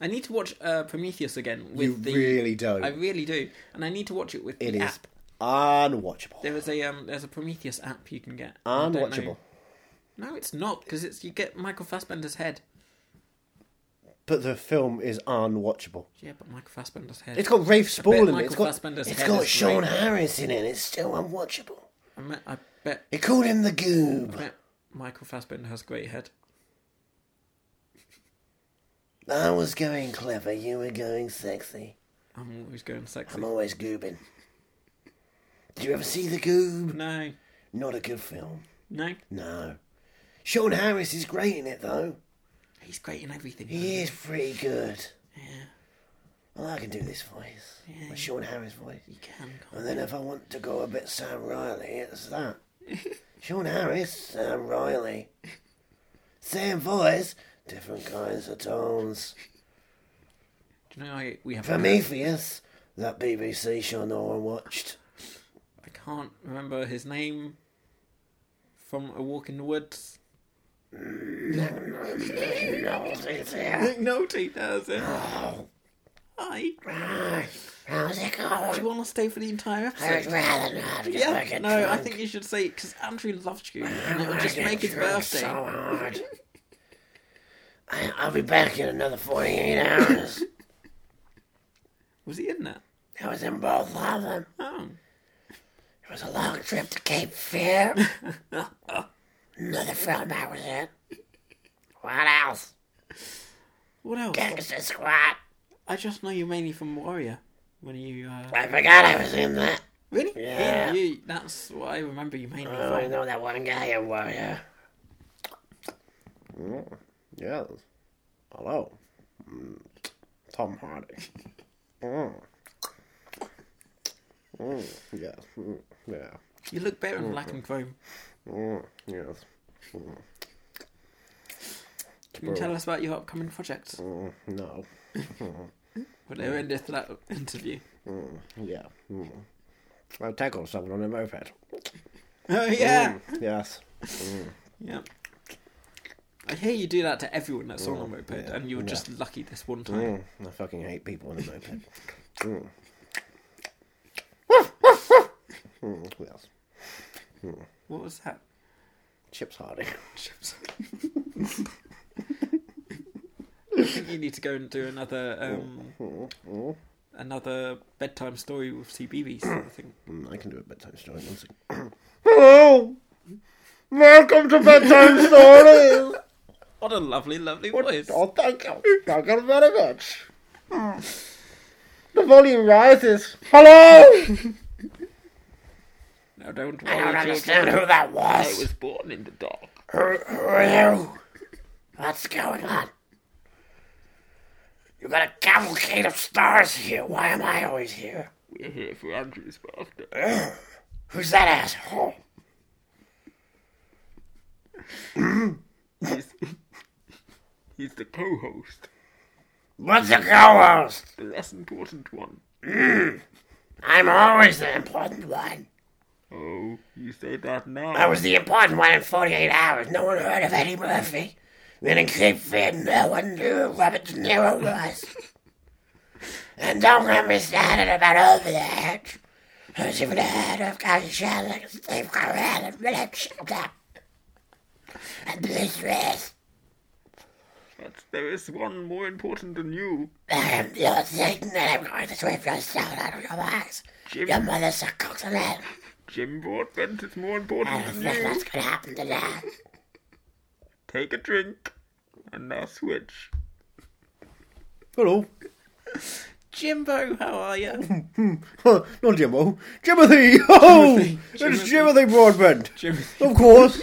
I need to watch uh, Prometheus again. With
You
the,
really don't.
I really do, and I need to watch it with
It
the
is
app.
unwatchable.
There is a um, there's a Prometheus app you can get. I don't
Unwatchable.
know- No, it's not because it's you get Michael Fassbender's head.
But the film is unwatchable.
Yeah, but Michael Fassbender's head.
It's got Rafe Spall in it.
Michael
It's got,
Fassbender's
it's
head
got
is
Sean
great.
Harris in it. It's still unwatchable.
I, me- I bet,
They called him the Goob.
bet Michael Fassbender has a great head.
I was going clever. You were going sexy.
I'm always going sexy.
I'm always goobing. Did you ever see the Goob?
No,
Not a good film.
no,
No. Sean Harris is great in it though.
he's great in everything.
He is pretty good.
Yeah,
Well, I can do this voice. My Sean Harris voice.
he can.
And then if I want to go a bit Sam Riley, it's that. Sean Harris, Sam Riley. Same voice, different kinds of tones.
Do you know I, we have?
Prometheus, that BBC show no one watched.
I can't remember his name from A Walk in the Woods.
Nobody's here.
no, he doesn't. Hi.
How's it
Do
going?
you want to stay for the entire
I would
episode?
rather not just
Yeah,
fucking
no, I
drunk.
think you should say because Andrew loves you, and it would just
I get
make his
drunk
birthday.
So hard. I, I'll be back in another 48 hours.
Was he in that?
I was in both of them.
Oh,
It was a long trip to Cape Fear. Another film I was in. What else?
what else?
Gangster Squad.
I just know you mainly from Warrior. When you uh,
I forgot I was in that.
really?
Yeah.
you, that's what I remember you mainly
Oh, I
from.
know that one guy in Warrior. Yes. Hello. Mm. Tom Hardy. Mm. Yes. Mm. Yeah.
You look better in black and chrome.
Yes.
Can you tell us about your upcoming projects?
Mm. No.
Well, they're in this that interview.
Yeah. Mm. I tackled someone on a moped.
Oh yeah.
Mm, Yes.
Yeah. I hear you do that to everyone that's on a moped, and you were just lucky this one time.
Mm, I fucking hate people on a moped. Mm. mm, yes.
What was that?
Chips Hardy.
Chips. I think you need to go and do another um, another bedtime story with CBeebies. I think.
Mm, I can do a bedtime story. One second. Hello! Welcome to Bedtime Stories!
What a lovely, lovely voice.
oh, thank you. Thank you very much. The volume rises. Hello!
No, don't worry.
I don't
children.
understand who that
I
was.
was born in the dark.
Who, who are you? What's going on? You got a cavalcade of stars here. Why am I always here?
We're here for Andrew's birthday.
Who's that asshole?
He's, he's the co-host,
What's a co-host?
the less important one.
I'm always the important one.
Oh, you say that now.
I was the important one in 48 hours. No one heard of Eddie Murphy. Then in Cape Fear, no one knew who Robert De Niro was. and don't get me started about Over the Hedge. Who's even heard of Guy Sherlock, Steve Carell, and Philip Sheldon? And Bruce Willis.
But there is one more important than you.
I am your Satan, and I'm going to sweep your soul out of your box.
Jim,
Your mother's a cook's and I
Jim Broadbent is more important
don't
than
think
you.
that's going to happen today.
Take a drink, and now switch.
Hello.
Jimbo, how are you?
Huh, Not Jimbo. Jimothy! Oh!
Jimothy,
It's Jimothy Broadbent.
Jimmy.
Of course.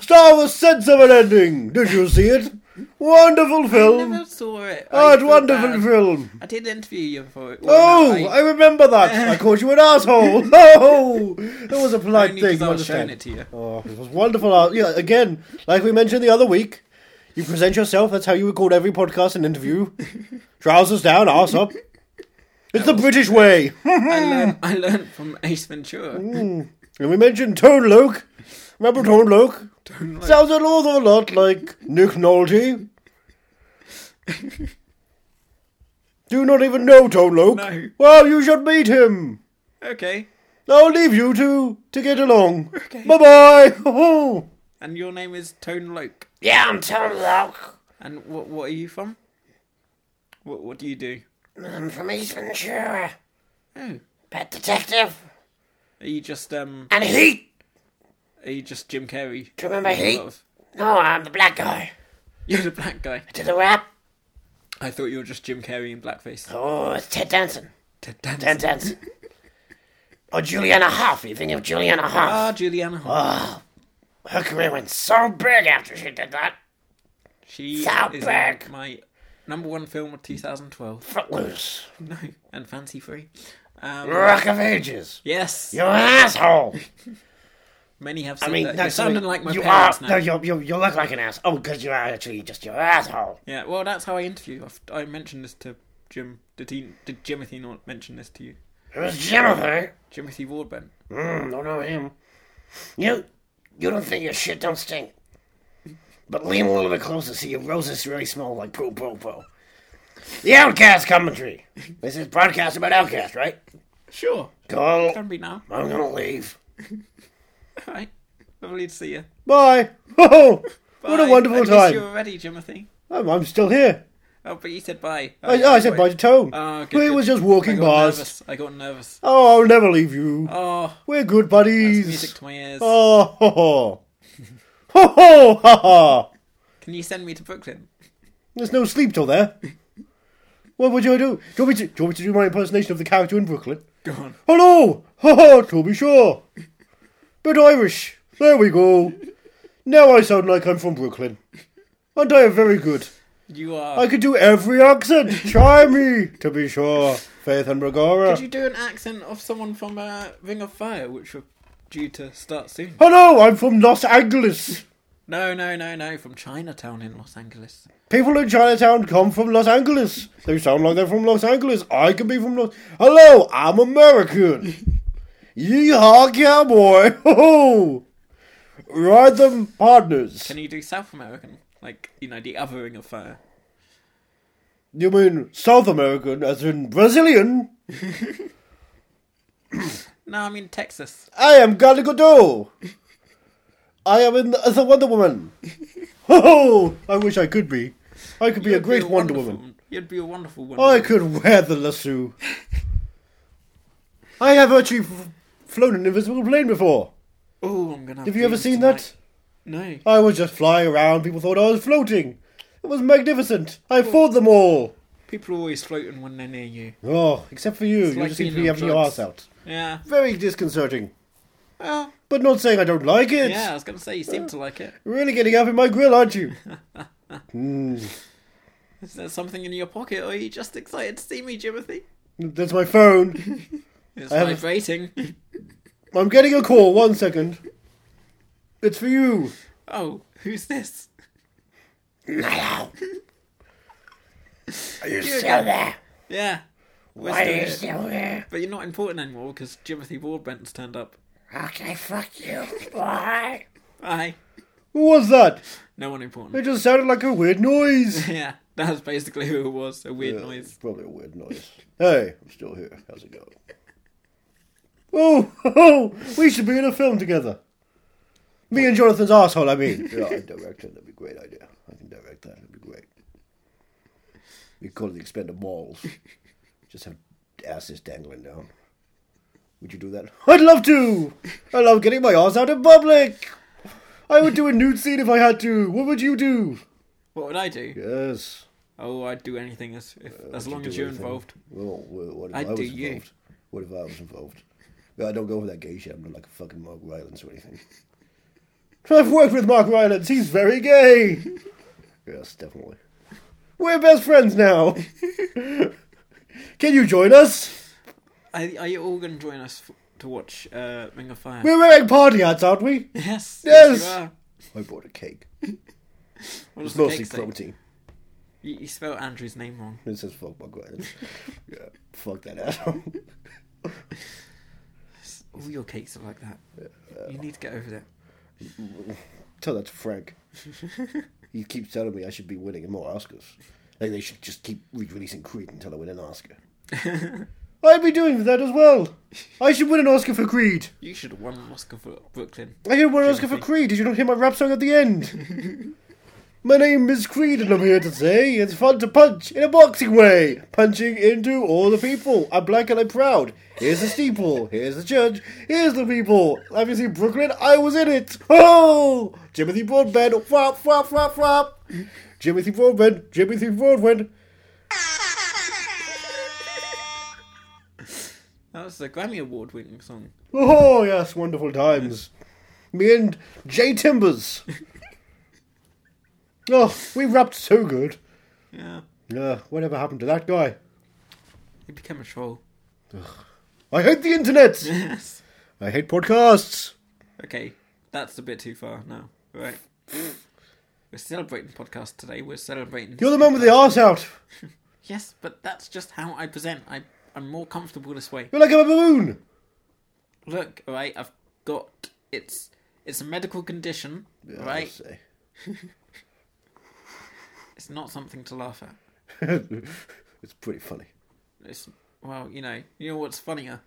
Star Wars sense of an ending. Did you see it? Wonderful
I
film.
never saw it.
Oh,
I
it's
feel
wonderful
bad.
film.
I did interview you for it.
Oh,
Well, no,
I remember that. I called you an asshole. No, it was a polite
only
thing.
because
you
I was showing
understand.
it to you.
Oh, it was wonderful. Uh, Yeah, again, like we mentioned the other week, you present yourself. That's how you record every podcast and interview. Trousers down, arse up. It's the British way.
I learned, I learned from Ace Ventura.
and Hmm. we mentioned Tone Loke. Remember Tone Loke?
Don't like-
Sounds an awful lot like Nick Nolte. Do you not even know Tone Loke?
No.
Well, you should meet him.
okay.
I'll leave you two to get along.
Okay.
Bye bye. Oh.
And your name is Tone Loke.
Yeah, I'm Tom Locke.
And what what are you from? What what do you do?
I'm from East Ventura.
Oh,
Pet detective.
are you just um?
And Heat.
Are you just Jim Carrey?
Do you remember
A
Heat?
lot of-
No, oh, I'm the black guy.
You're the black guy.
To the rap.
I thought you were just Jim Carrey in blackface.
Oh, it's Ted Danson.
Ted Danson.
Ted Danson. or Juliana Hoff. oh, You think of Juliana Hoff?
Ah, Juliana. Hoff.
Her career went so big after she did that.
she
South
is
Park.
in my number one film of 2012.
Footloose.
No, and Fancy Free. Um,
Rock of Ages.
yes,
You're an asshole.
many have
I
said
mean,
that.
no,
You're
sorry,
sounding like my
you
parents now.
are, No, you, you, you look like an ass. Oh, because you are actually just your asshole.
Yeah, well, that's how I interview. I've, I mentioned this to Jim. Did he? Did Jimothy not mention this to you?
It was Jimothy.
Jimothy Wardbent.
Mm, don't know him. You, you don't think your shit don't stink. But lean a little bit closer so your roses really smell like poo poo poo. The Outcast commentary. This is broadcast about Outcast, right?
Sure,
Cool.
can be now.
I'm gonna leave.
All right, lovely to see you.
Bye. Oh. What a
Bye. I
wonderful
missed
time.
You already, Jimothy.
I'm, I'm still here.
Oh, but you said bye.
I, I said bye to Tone.
Oh, good,
we
good.
was just
I
walking
got
past.
nervous. I got nervous.
Oh, I'll never leave you.
Oh,
We're good
it's
buddies.
music to my ears.
Oh, ho, ho. ho, ho, ha, ha.
Can you send me to Brooklyn?
There's no sleep till there. What would you do? Do you, want me to, do you want me to do my impersonation of the character in Brooklyn?
Go on.
Hello! Ha ha, Toby Shaw! Bit Irish. There we go. Now I sound like I'm from Brooklyn. And I am very good.
You are.
I could do every accent. Try me, to be sure. Faith and Bregara.
Could you do an accent of someone from uh, Ring of Fire, which were due to start soon?
Hello, I'm from Los Angeles.
No, no, no, no. From Chinatown in Los Angeles.
People in Chinatown come from Los Angeles. They sound like they're from Los Angeles. I could be from Los. Hello, I'm American. Yeehaw, cowboy! Ho Ride them, partners.
Can you do South American? Like, you know, the other Ring of uh, Fire.
You mean South American, as in Brazilian?
No, I mean Texas.
I am Gal Gadot. I am in the, as a Wonder Woman. Oh, I wish I could be. I could be a
You'd
great Wonder
wonderful-
Woman.
You'd be a wonderful Wonder
I
Woman.
could wear the lasso. I have actually f- flown an invisible plane before.
Oh, I'm gonna.
Have you ever seen that?
No.
I was just flying around. People thought I was floating. It was magnificent. I fought them all.
People are always floating when they're near you.
Oh, except for you. you
like
just seem to
being
be
on
having your
drugs.
arse out.
Yeah.
Very disconcerting.
Well,
But not saying I don't like it.
yeah. I was gonna say you
Uh.
seem to like it.
Really getting up in my grill, aren't you?
Is there something in your pocket, or are you just excited to see me, Jimothy?
That's my phone.
It's
have a-
vibrating.
I'm getting a call. One second. It's for you.
oh, who's this?
Hello. Are you still there?
Yeah. We're
Why
still
are you
here.
still there?
But you're not important anymore because Jimothy Wardbent's turned up.
Okay, fuck you. Why?
Bye.
Who was that?
No one
It
important.
just sounded like a weird noise.
Yeah, that's basically who it was. A weird noise.
Probably a weird noise. Hey, I'm still here. How's it going? Oh, oh, we should be in a film together. Me and Jonathan's asshole. I mean. yeah, I director. That'd be a great idea. I can direct that. That'd be great. We call it the expanded balls. Just have asses dangling down. Would you do that? I'd love to. I love getting my ass out in public. I would do a nude scene if I had to. What would you do?
What would I do?
Yes.
Oh, I'd do anything as if, as long
Uh, do
as you're
anything.
involved.
Well, what, what if i
I'd
was
do
involved?
you.
What if I was involved? No, I don't go for that gay shit. I'm not like a fucking Mark Rylance or anything. I've worked with Mark Rylance. He's very gay. yes, definitely. We're best friends now. Can you join us?
Are, are you all going to join us f- to watch uh, Ring of Fire?
We're wearing party hats, aren't we?
yes.
Yes.
you are.
I bought a cake.
What does
It's
the
mostly
cake say?
protein.
You, you spelled Andrew's name wrong.
It says fuck Mark Rylance. yeah, fuck that asshole.
All your cakes are like that. You need to get over that.
Tell that to Frank. he keeps telling me I should be winning more Oscars. Like they should just keep re-releasing Creed until I win an Oscar. I'd be doing that as well. I should win an Oscar for Creed.
You should have won an Oscar for Brooklyn.
I should win an Oscar for Creed. Did you not hear my rap song at the end? my name is Creed, and I'm here to say it's fun to punch in a boxing way, punching into all the people. I'm black and I'm proud. Here's the steeple. Here's the church. Here's the people. Have you seen Brooklyn? I was in it. Oh, Timothy Broadbent. Flop, flop, flop, flop. Timothy Broadbent. Timothy Broadbent.
That was the Grammy Award winning song.
Oh yes, wonderful times. Me and Jay Timbers. oh, we rapped so good.
Yeah.
Yeah, Uh, whatever happened to that guy?
He became a troll.
I hate the internet.
Yes.
I hate podcasts.
Okay, that's a bit too far now. Right. We're celebrating podcast today. We're celebrating.
You're the man with the arse out.
Yes, but that's just how I present. I, I'm more comfortable this way.
You're like a baboon.
Look, right, I've got it's it's a medical condition,
Yeah,
right?
I'll say.
It's not something to laugh at.
it's pretty funny.
It's well, you know, you know what's funnier,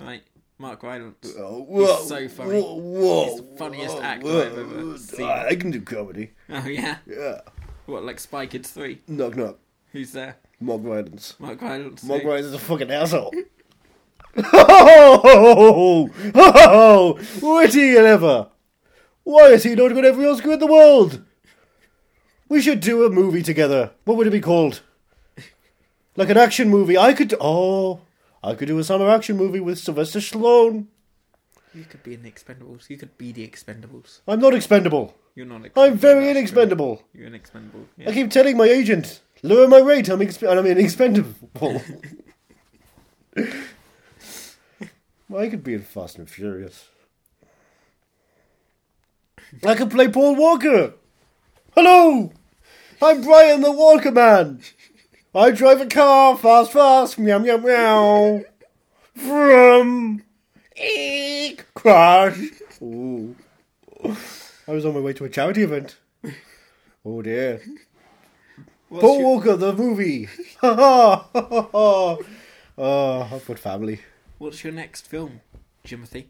right? Mark Rylance.
Oh, whoa,
so funny.
Whoa, whoa,
He's the funniest actor I've ever seen.
Ah, I can do comedy.
Oh yeah,
Yeah.
what like Spy Kids three?
Knock knock.
Who's there?
Mark Rylance.
Mark Rylance.
Mark
too.
Rylance is a fucking asshole. oh, witty and ever. Why has he not got every Oscar in the world? We should do a movie together. What would it be called? Like an action movie. I could. Oh, I could do a summer action movie with Sylvester Stallone.
You could be in the Expendables. You could be the Expendables.
I'm not expendable.
You're not. Expendable.
I'm very
that's true.
inexpendable.
You're inexpendable.
I
Yeah.
keep telling my agent, lower my rate. I'm exp- I'm inexpendable. well, I could be in Fast and Furious. I could play Paul Walker. Hello, I'm Brian the Walker Man. I drive a car fast, fast, meow, meow, meow. From eek crash. Ooh. I was on my way to a charity event. Oh dear.
What's
Paul
your-
Walker, the movie. Ha ha ha ha, ha. Oh, I've got family.
What's your next film, Jimothy?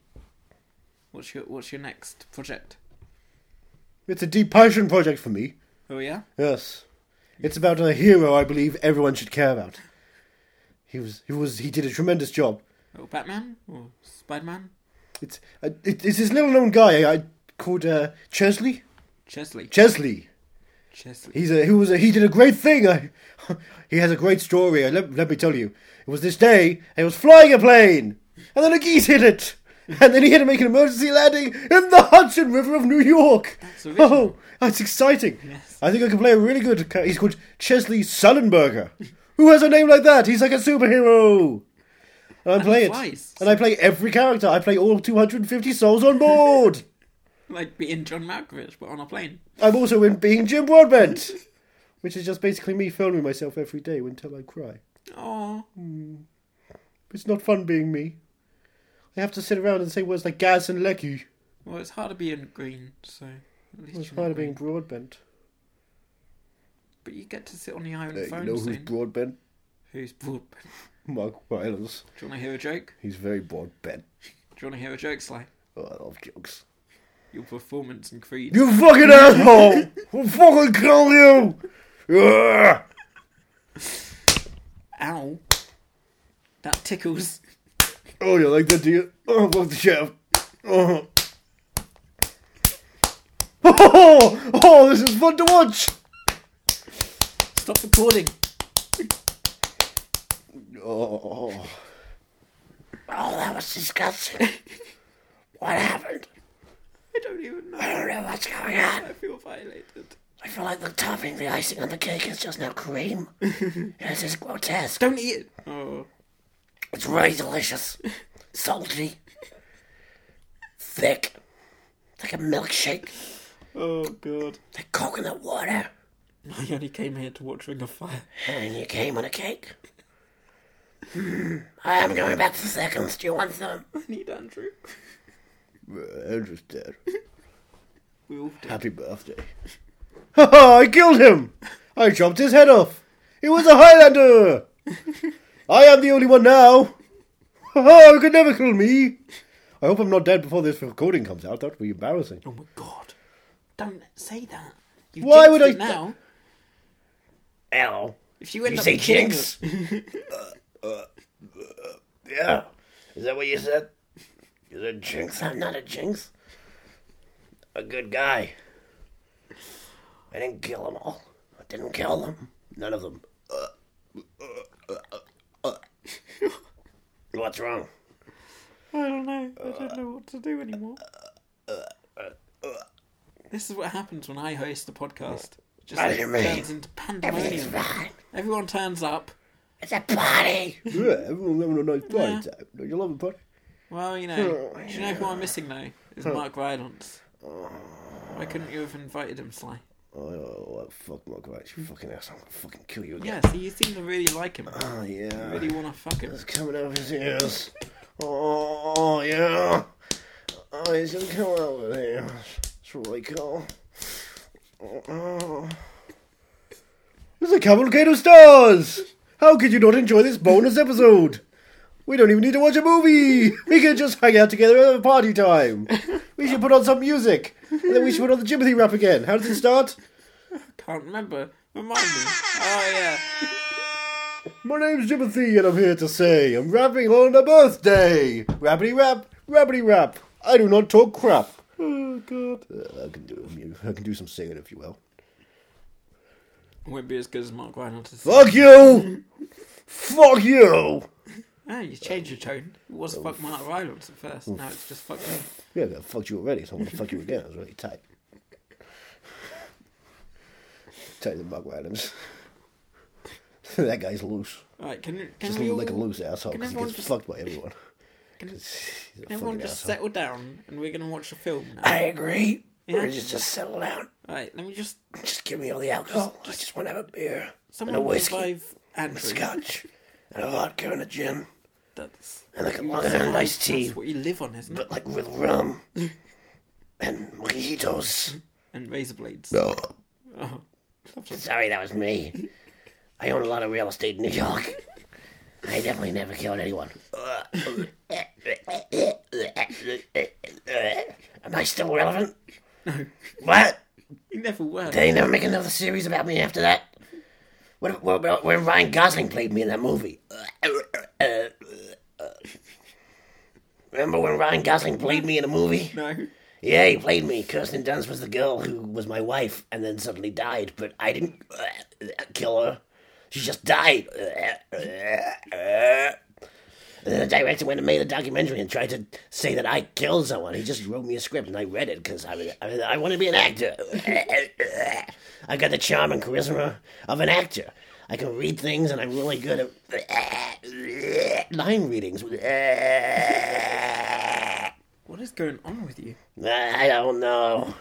What's your What's your next project?
It's a deep passion project for me.
Oh yeah,
Yes. It's about a hero I believe everyone should care about. He was he was he did a tremendous job.
oh Batman or Spider Man,
It's uh, it, it's this little known guy I called uh, Chesley.
Chesley,
Chesley.
Chesley.
He's a he was a, he did a great thing. I, he has a great story. I, let, let me tell you. It was this day. and He was flying a plane, and then a geese hit it, and then he had to make an emergency landing in the Hudson River of New York.
That's original.
oh, that's exciting!
Yes.
I think I can play a really good. ca- He's called Chesley Sullenberger. Who has a name like that? He's like a superhero. And I
he
play it,
flies.
and I play every character. I play all 250 souls on board.
Like being John Malkovich, but on a plane.
I'm also in being Jim Broadbent, which is just basically me filming myself every day until I cry.
Oh,
It's not fun being me. I have to sit around and say words like gas and lecky.
well, it's hard to be in green, so at least
It's
you're
harder
in green.
being Broadbent.
But you get to sit on the iron
Uh, you
phone
know who's
soon.
Broadbent?
Who's Broadbent?
Mark Rylance.
Do you want to hear a joke?
He's very Broadbent.
Do you want to hear a joke, Sly?
Oh, I love jokes.
Your performance in Creed.
You fucking asshole! I'll fucking kill you! Ugh.
Ow, that tickles.
Oh, you like that, do you? Oh, fuck the chef. Oh. Oh, oh, this is fun to watch!
Stop recording.
Oh,
Oh, that was disgusting. what happened?
I don't even
I
know.
don't know what's going on.
I feel violated.
I feel like the topping, the icing on the cake is just now cream. this is grotesque.
Don't eat it. Oh,
It's really delicious. Salty. Thick. It's like a milkshake.
oh god.
It's like coconut water.
I only came here to watch Ring of Fire.
And you came on a cake. Hmm. I am going back for seconds. Do you want some?
I need Andrew.
Andrew's dead.
We all did.
Happy birthday. Haha, I killed him! I chopped his head off! He was a Highlander! I am the only one now! Haha, you could never kill me! I hope I'm not dead before this recording comes out, that would be embarrassing.
Oh my god. Don't say that. You
Why would
jinxed
I-
it now?
Ow.
If you end
You
up
say
killing
jinx?
it-
Yeah. Is that what you said? You said jinx? I'm not a jinx. A good guy. I didn't kill them all. I didn't kill them. None of them. Uh, uh, uh, uh. What's wrong?
I don't know. I don't know what to do anymore. This is what happens when I host the podcast. It Just
What do you mean?
turns into
Everything's
pandemonium.
fine.
Everyone turns up.
It's a party.
Yeah, everyone's having a nice party time. Don't you love a party?
Well, you know, do you know who I'm missing though? Is Mark Rylance. Why couldn't you have invited him, Sly?
Oh, fuck Mark Rylance, you fucking ass, I'm gonna fucking kill you again.
Yeah, so you seem to really like him.
Ah,
Oh, yeah.
Really want to fuck him.
It's coming out of his ears. Oh, yeah. Oh, he's gonna come out of his ears. It's really cool. Oh. It's a cavalcade of stars! How could you not enjoy this bonus episode? We don't even need to watch a movie! We can just hang out together Uh, and have a party time! We should put on some music! And then we should put on the Jimothy rap again. How does it start?
Can't remember. Remind me. Oh yeah.
My name's Jimothy, and I'm here to say I'm rapping on a birthday. Rappity rap, rappity rap. I do not talk crap.
Oh god.
Uh, I can do I can do some singing if you will.
Won't be as good as Mark Rylance. is.
Fuck you. Fuck you.
Ah, you changed your tone. It was fuck Mark Rylance at first. Now it's just fuck him.
Yeah, I fucked you already, so I'm gonna fuck you again. It's really tight. Tight the mug items. that guy's loose.
Alright, can you- can
Just
we all,
like a loose asshole
can
because he
everyone
gets
just-
fucked by everyone.
can, can
'Cause he's a
everyone
fucking
just
asshole.
settle down and we're gonna watch a film now.
I agree.
Yeah.
Or just, just settle down.
Alright, let me just
Just give me all the alcohol. I just want to have a beer.
someone
and a whiskey.
revive Andrew.
Scotch. And a vodka and a gin.
That's
And like a long and a nice tea.
that's what you live on, isn't it?
But like with rum. and mojitos.
And razor blades.
No.
Oh,
Sorry, that was me. I own a lot of real estate in New York. I definitely never killed anyone. Am I still relevant? No. What?
you never were.
Did they never make another series about me after that? What, what, what when Ryan Gosling played me in that movie? Remember when Ryan Gosling played me in a movie?
No.
Yeah, he played me. Kirsten Dunst was the girl who was my wife and then suddenly died, but I didn't uh, kill her. She just died. Uh, And then the director went and made a documentary and tried to say that I killed someone. He just wrote me a script and I read it because I, was- I, was- I want to be an actor. I got the charm and charisma of an actor. I can read things and I'm really good at uh, line readings.
What is going on with you?
I don't know.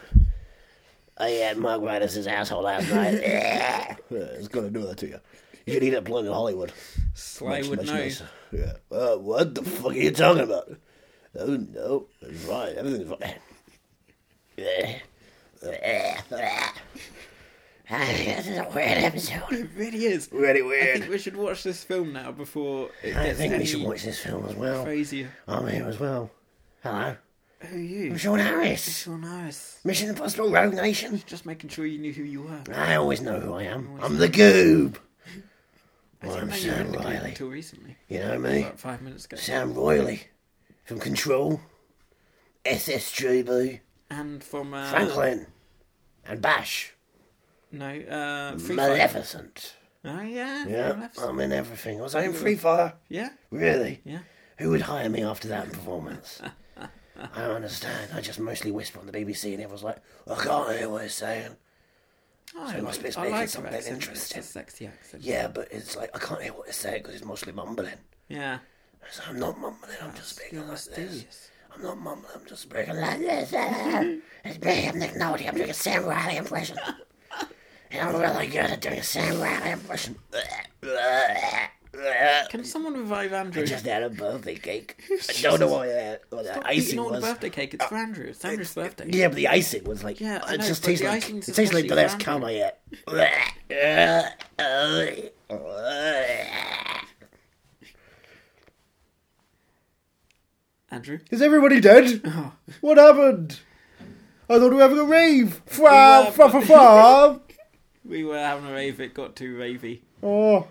I had mug his asshole last night.
Yeah, it's gonna do that to you. You should eat a blunt in Hollywood.
Sly
Much,
would
much
know.
nicer. Yeah. Uh, what the fuck are you talking about? No, no, it's fine. Everything's fine.
this is a weird episode.
It really is.
Really
I think
weird.
we should watch this film now before it
I
gets
think we
any
should watch this film as well.
crazier.
I'm here as well. Hello.
Who are you?
I'm Sean Harris.
Sean Harris.
Mission Impossible Rogue Nation.
Just making sure you knew who you were.
I always know who I am. I'm the goob. I'm
I didn't know you were in
Sam
the group
Riley.
until recently.
You know me?
About five minutes ago.
Sam Royley from Control, SSGB,
And from uh,
Franklin, and Bash.
No, uh, Free Fire.
Maleficent.
Oh yeah,
Yeah,
Maleficent.
I'm in everything. Was I in Free Fire?
yeah,
Really?
yeah.
Who would hire me after that performance? I don't understand. I just mostly whisper on the BBC, and everyone's like, "I can't hear what he's saying."
Oh, I
it must
like-
be it's
I
making
like her
something
accent.
interesting.
It's a sexy accent.
Yeah, but it's like I can't hear what he's saying because it's mostly mumbling.
Yeah,
So I'm not mumbling. I'm just speaking
you're
like this.
mysterious.
I'm not mumbling. I'm just speaking like this. it's me. I'm Nick Naughty. I'm doing a Sam Riley impression. And I'm really good at doing a Sam Riley impression.
Can someone revive Andrew?
Just had a birthday cake. I don't know why that, what that
Stop
icing
eating all
was.
the birthday cake. It's for Andrew. It's Andrew's birthday.
Yeah, but the icing was like
Yeah, I
it
know,
just
but
tastes
the
like
icing's
it tastes like the last
especially
count I ate.
Andrew.
Is everybody dead? What happened? I thought we were having a rave. Fra,
were,
fra, fra, fra.
We were having a rave. It got too ravey.
Oh,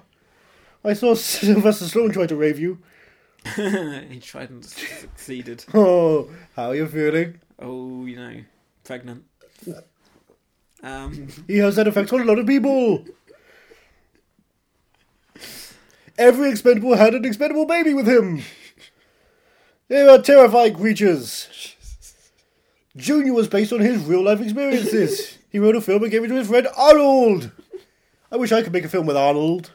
I saw Sylvester Stallone try to rave you.
he tried and succeeded.
Oh, how are you feeling?
Oh, you know, pregnant. Um,
He has that effect on a lot of people. Every expendable had an expendable baby with him. They were terrifying creatures. Junior was based on his real life experiences. he wrote a film and gave it to his friend Arnold. I wish I could make a film with Arnold.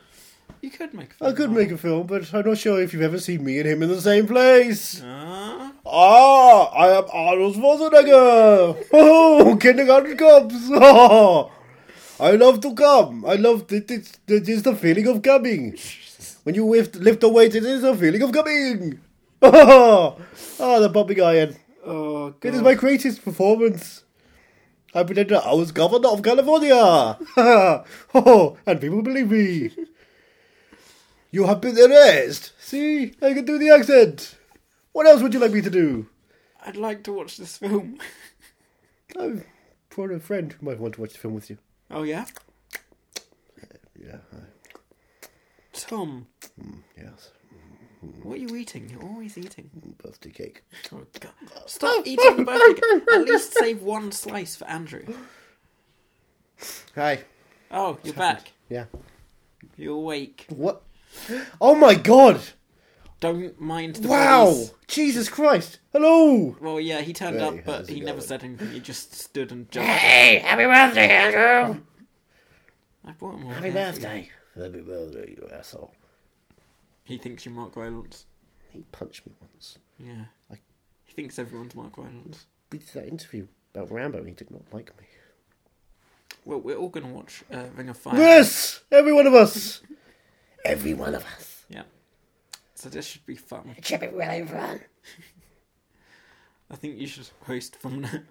you could make.
I could make a film, but I'm not sure if you've ever seen me and him in the same place.
Ah,
Ah, I am Arnold Schwarzenegger. Oh, kindergarten cops. Oh, I love to come. I love it. It it is the feeling of coming. When you lift lift the weight, it is the feeling of coming. Oh, ah, the pumping iron.
oh god.
It is my greatest performance. I pretended I was governor of California. oh, and people believe me. you have been arrested. See, I can do the accent. What else would you like me to do?
I'd like to watch this film.
I'm for a friend who might want to watch the film with you.
Oh yeah,
Yeah, I-
Tom.
yes.
What are you eating? You're always eating.
Birthday cake.
Oh god. Stop eating the birthday cake. At least save one slice for Andrew.
Hi.
Oh, you're back.
Yeah.
You're awake.
What? Oh my god!
Don't mind the
Wow!
bodies.
Jesus Christ! Hello!
Well, yeah, he turned
Hey,
up,
how's
but
it
he never
going?
said anything. He just stood and jumped.
Hey, happy birthday, Andrew!
I bought him all.
Happy
that.
birthday. Happy birthday, you asshole.
He thinks you're Mark Rylance.
He punched me once.
Yeah.
Like-
He thinks everyone's Mark Rylance.
We did that interview about Rambo. He did not like me.
Well, we're all gonna watch uh, Ring of Fire.
Yes, every one of us.
Every one of us.
Yeah. So this should be fun.
It should be really fun.
I think you should host from now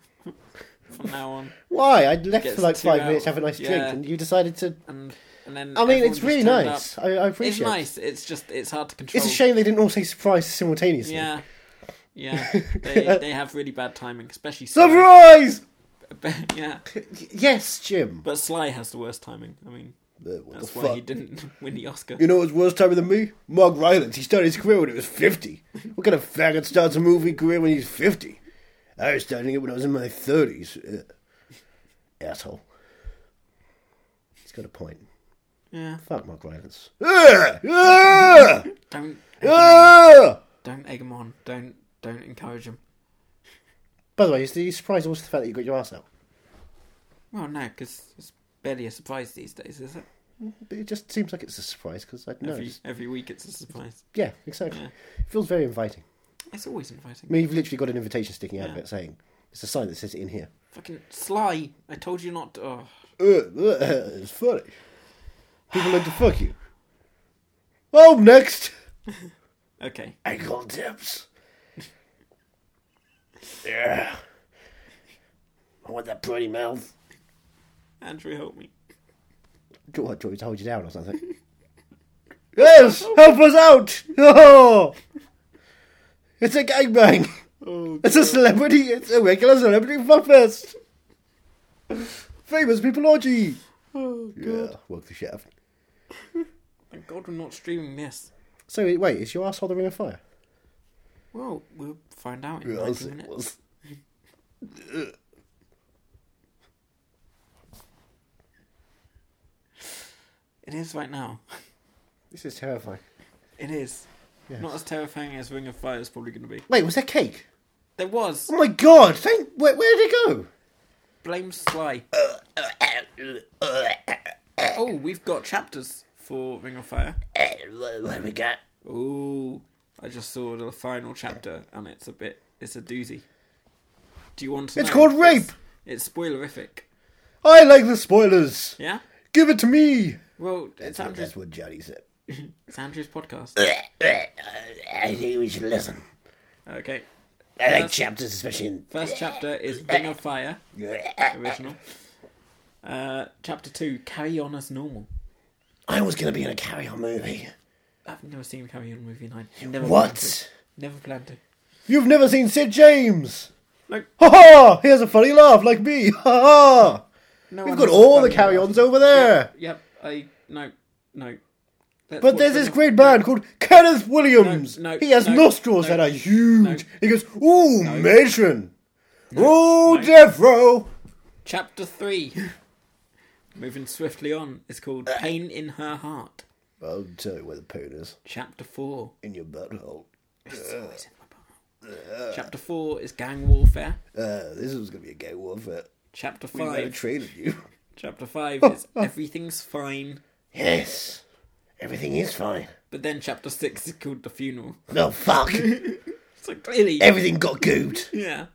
from now on,
Why? I left
Gets
for like
two
five
hours.
minutes, have a nice drink,
Yeah.
and you decided to.
and and then.
I
everyone
mean, it's
just
really
turned
nice.
up.
I, I
It's
appreciate. it.
nice. It's just it's hard to control.
It's a shame they didn't all say surprise simultaneously.
Yeah. Yeah, they they have really bad timing, especially Sly.
Surprise!
yeah,
Y- Yes, Jim.
but Sly has the worst timing. I mean,
Uh, what
that's
the
why
fuck?
he didn't win the Oscar.
You know what's worse timing than me? Mark Rylance. He started his career when he was 50. What kind of faggot starts a movie career when he's 50? I was starting it when I was in my 30s. Ugh. Asshole. He's got a point.
Yeah,
Fuck Mark Rylance. Ugh! Ugh!
don't
Ugh!
don't egg him on. Don't don't encourage him.
By the way, is the surprise also the fact that you got your ass out?
Well, no, because it's barely a surprise these days, is it?
It just seems like it's a surprise because I know.
Every every week it's a surprise.
Yeah, exactly.
Yeah.
It feels very inviting.
It's always
I
inviting.
mean, you've literally got an invitation sticking out of
Yeah.
it saying, it's a sign that says in here.
Fucking Sly, I told you not. To, oh.
Ugh, ugh, it's funny. People like to fuck you. Oh, next!
Okay.
Ankle tips. yeah. I want that pretty mouth.
Andrew, help me.
Do you want do you want me to hold you down or something? yes! Help us out! Oh! It's a gangbang!
Oh,
It's a celebrity, it's a regular celebrity fuckfest! Famous people orgy!
Oh,
Yeah, work the shit out.
thank God we're not streaming this.
So, wait, is your asshole the ring of fire?
Well, we'll find out in 90
Yes, it
minutes.
was.
It is right now.
This is terrifying.
It is. Not as terrifying as Ring of Fire is probably going to be.
Wait, was there cake?
There was.
Oh my god! Thank. Where, where did it go?
Blame Sly. Oh, we've got chapters for Ring of Fire.
Eh,
What have we got?
Ooh, I just saw the final chapter and it's a bit, it's a doozy. Do you want to?
It's
know?
called rape.
It's, it's spoilerific.
I like the spoilers.
Yeah.
Give it to me.
Well, it's Andrew's,
That's what Johnny said.
it's Andrew's podcast.
Eh,
I think we should listen.
Okay.
I like chapters, especially in.
First chapter is Ring of Fire
Eh,
original. Uh, chapter two, Carry On as Normal.
I was going to be in a carry on movie.
I've never seen Carry On movie nine. Never planned to.
What?
Never planned to.
You've never seen Sid James.
No,
Ha ha! Here's a funny laugh like me. Ha ha!
no
We've
one
got
has
all the
done that.
carry-ons over there.
Yep, I no, no. Let's
But
watch
there's
Ring
this
of-
great band called Kenneth Williams.
No, no,
he has
no,
nostrils
no,
that are huge.
no.
he goes, "Ooh, matron, ooh,
no.
Jeffro."
Chapter three. Moving swiftly on, it's called
Uh.
Pain in Her Heart.
I'll tell you where the pain is
Chapter four.
in your butthole.
It's
Uh.
always in my bum. Chapter four is gang warfare.
Uh, this is gonna be a gay warfare.
Chapter
We might
five.
have traded you.
chapter five is everything's fine.
Yes. Everything is fine.
But then chapter six is called the funeral.
No, fuck.
So clearly,
Everything got gooped.
yeah.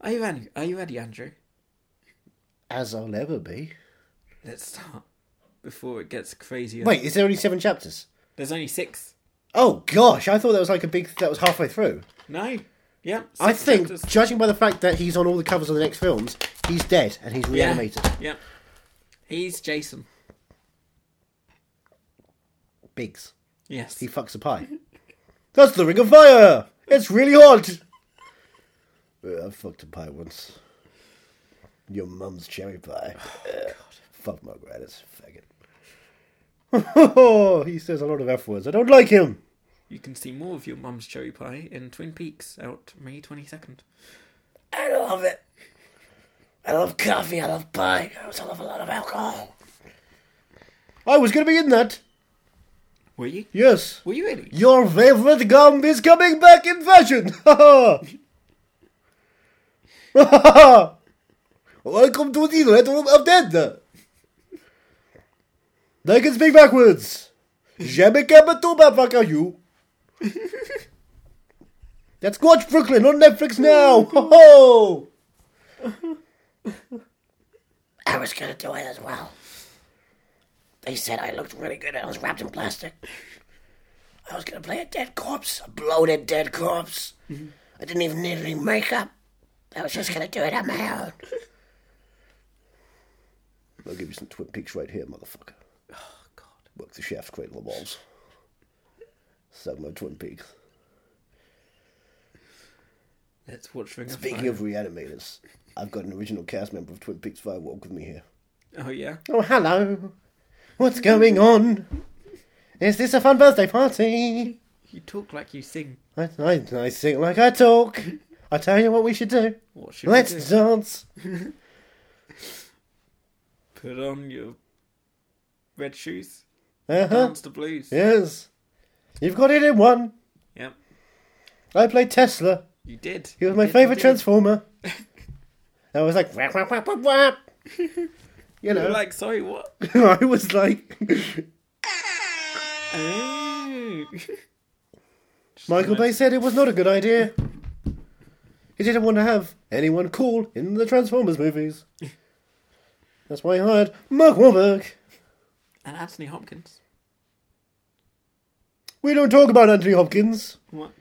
Are you ready? Are you ready, Andrew?
As I'll ever be.
Let's start before it gets crazier.
Wait, is there only seven chapters?
there's only six.
Oh gosh, I thought that was like a big. That was halfway through.
No. Yeah.
I
six
think,
chapters.
judging by the fact that he's on all the covers of the next films, he's dead and he's
Yeah.
reanimated.
Yeah. He's Jason.
Biggs.
Yes.
He fucks a pie. That's the ring of fire. It's really hot. Uh, I fucked a pie once. Your mum's cherry pie.
Oh,
Uh, fuck my gratis, faggot. Oh, he says a lot of f words. I don't like him.
you can see more of your mum's cherry pie in Twin Peaks out May 22nd.
I love it. I love coffee. I love pie. I also love a lot of alcohol.
I was going to be in that.
Were you?
Yes.
Were you really?
Your favorite gum is coming back in fashion. Welcome to the Red Room of Dead. They can speak backwards. Jamais cabatuba, fuck are you. Let's go watch Brooklyn on Netflix now. Ho
I was going to do it as well. They said I looked really good and I was wrapped in plastic. I was going to play a dead corpse, a bloated dead corpse. I didn't even need any makeup. I was just going to do it on my own.
I'll give you some twin peaks right here, motherfucker.
Oh, God.
Work the chef's cradle of balls. Suck my twin peaks.
Let's watch Ring of
Speaking
Fire.
of reanimators, I've got an original cast member of Twin Peaks Firewalk with me here.
Oh, yeah?
Oh, hello. What's going on? Is this a fun birthday party?
You talk like you sing.
I, I, I sing like I talk. I tell you what we should do.
What should
Let's
we do?
dance.
Put on your red shoes.
Uh huh.
Dance the blues.
Yes. You've got it in one.
Yep.
I played Tesla.
You did.
He was my
Did, you
favourite
did.
Transformer. I was like, wah, wah, wah, wah, wah. you
You were
know,
like, sorry, what?
I was like,
Oh.
Michael Bay said it was not a good idea. He didn't want to have anyone cool in the Transformers movies. That's why he hired Mark Wahlberg.
and Anthony Hopkins.
We don't talk about Anthony Hopkins.
What?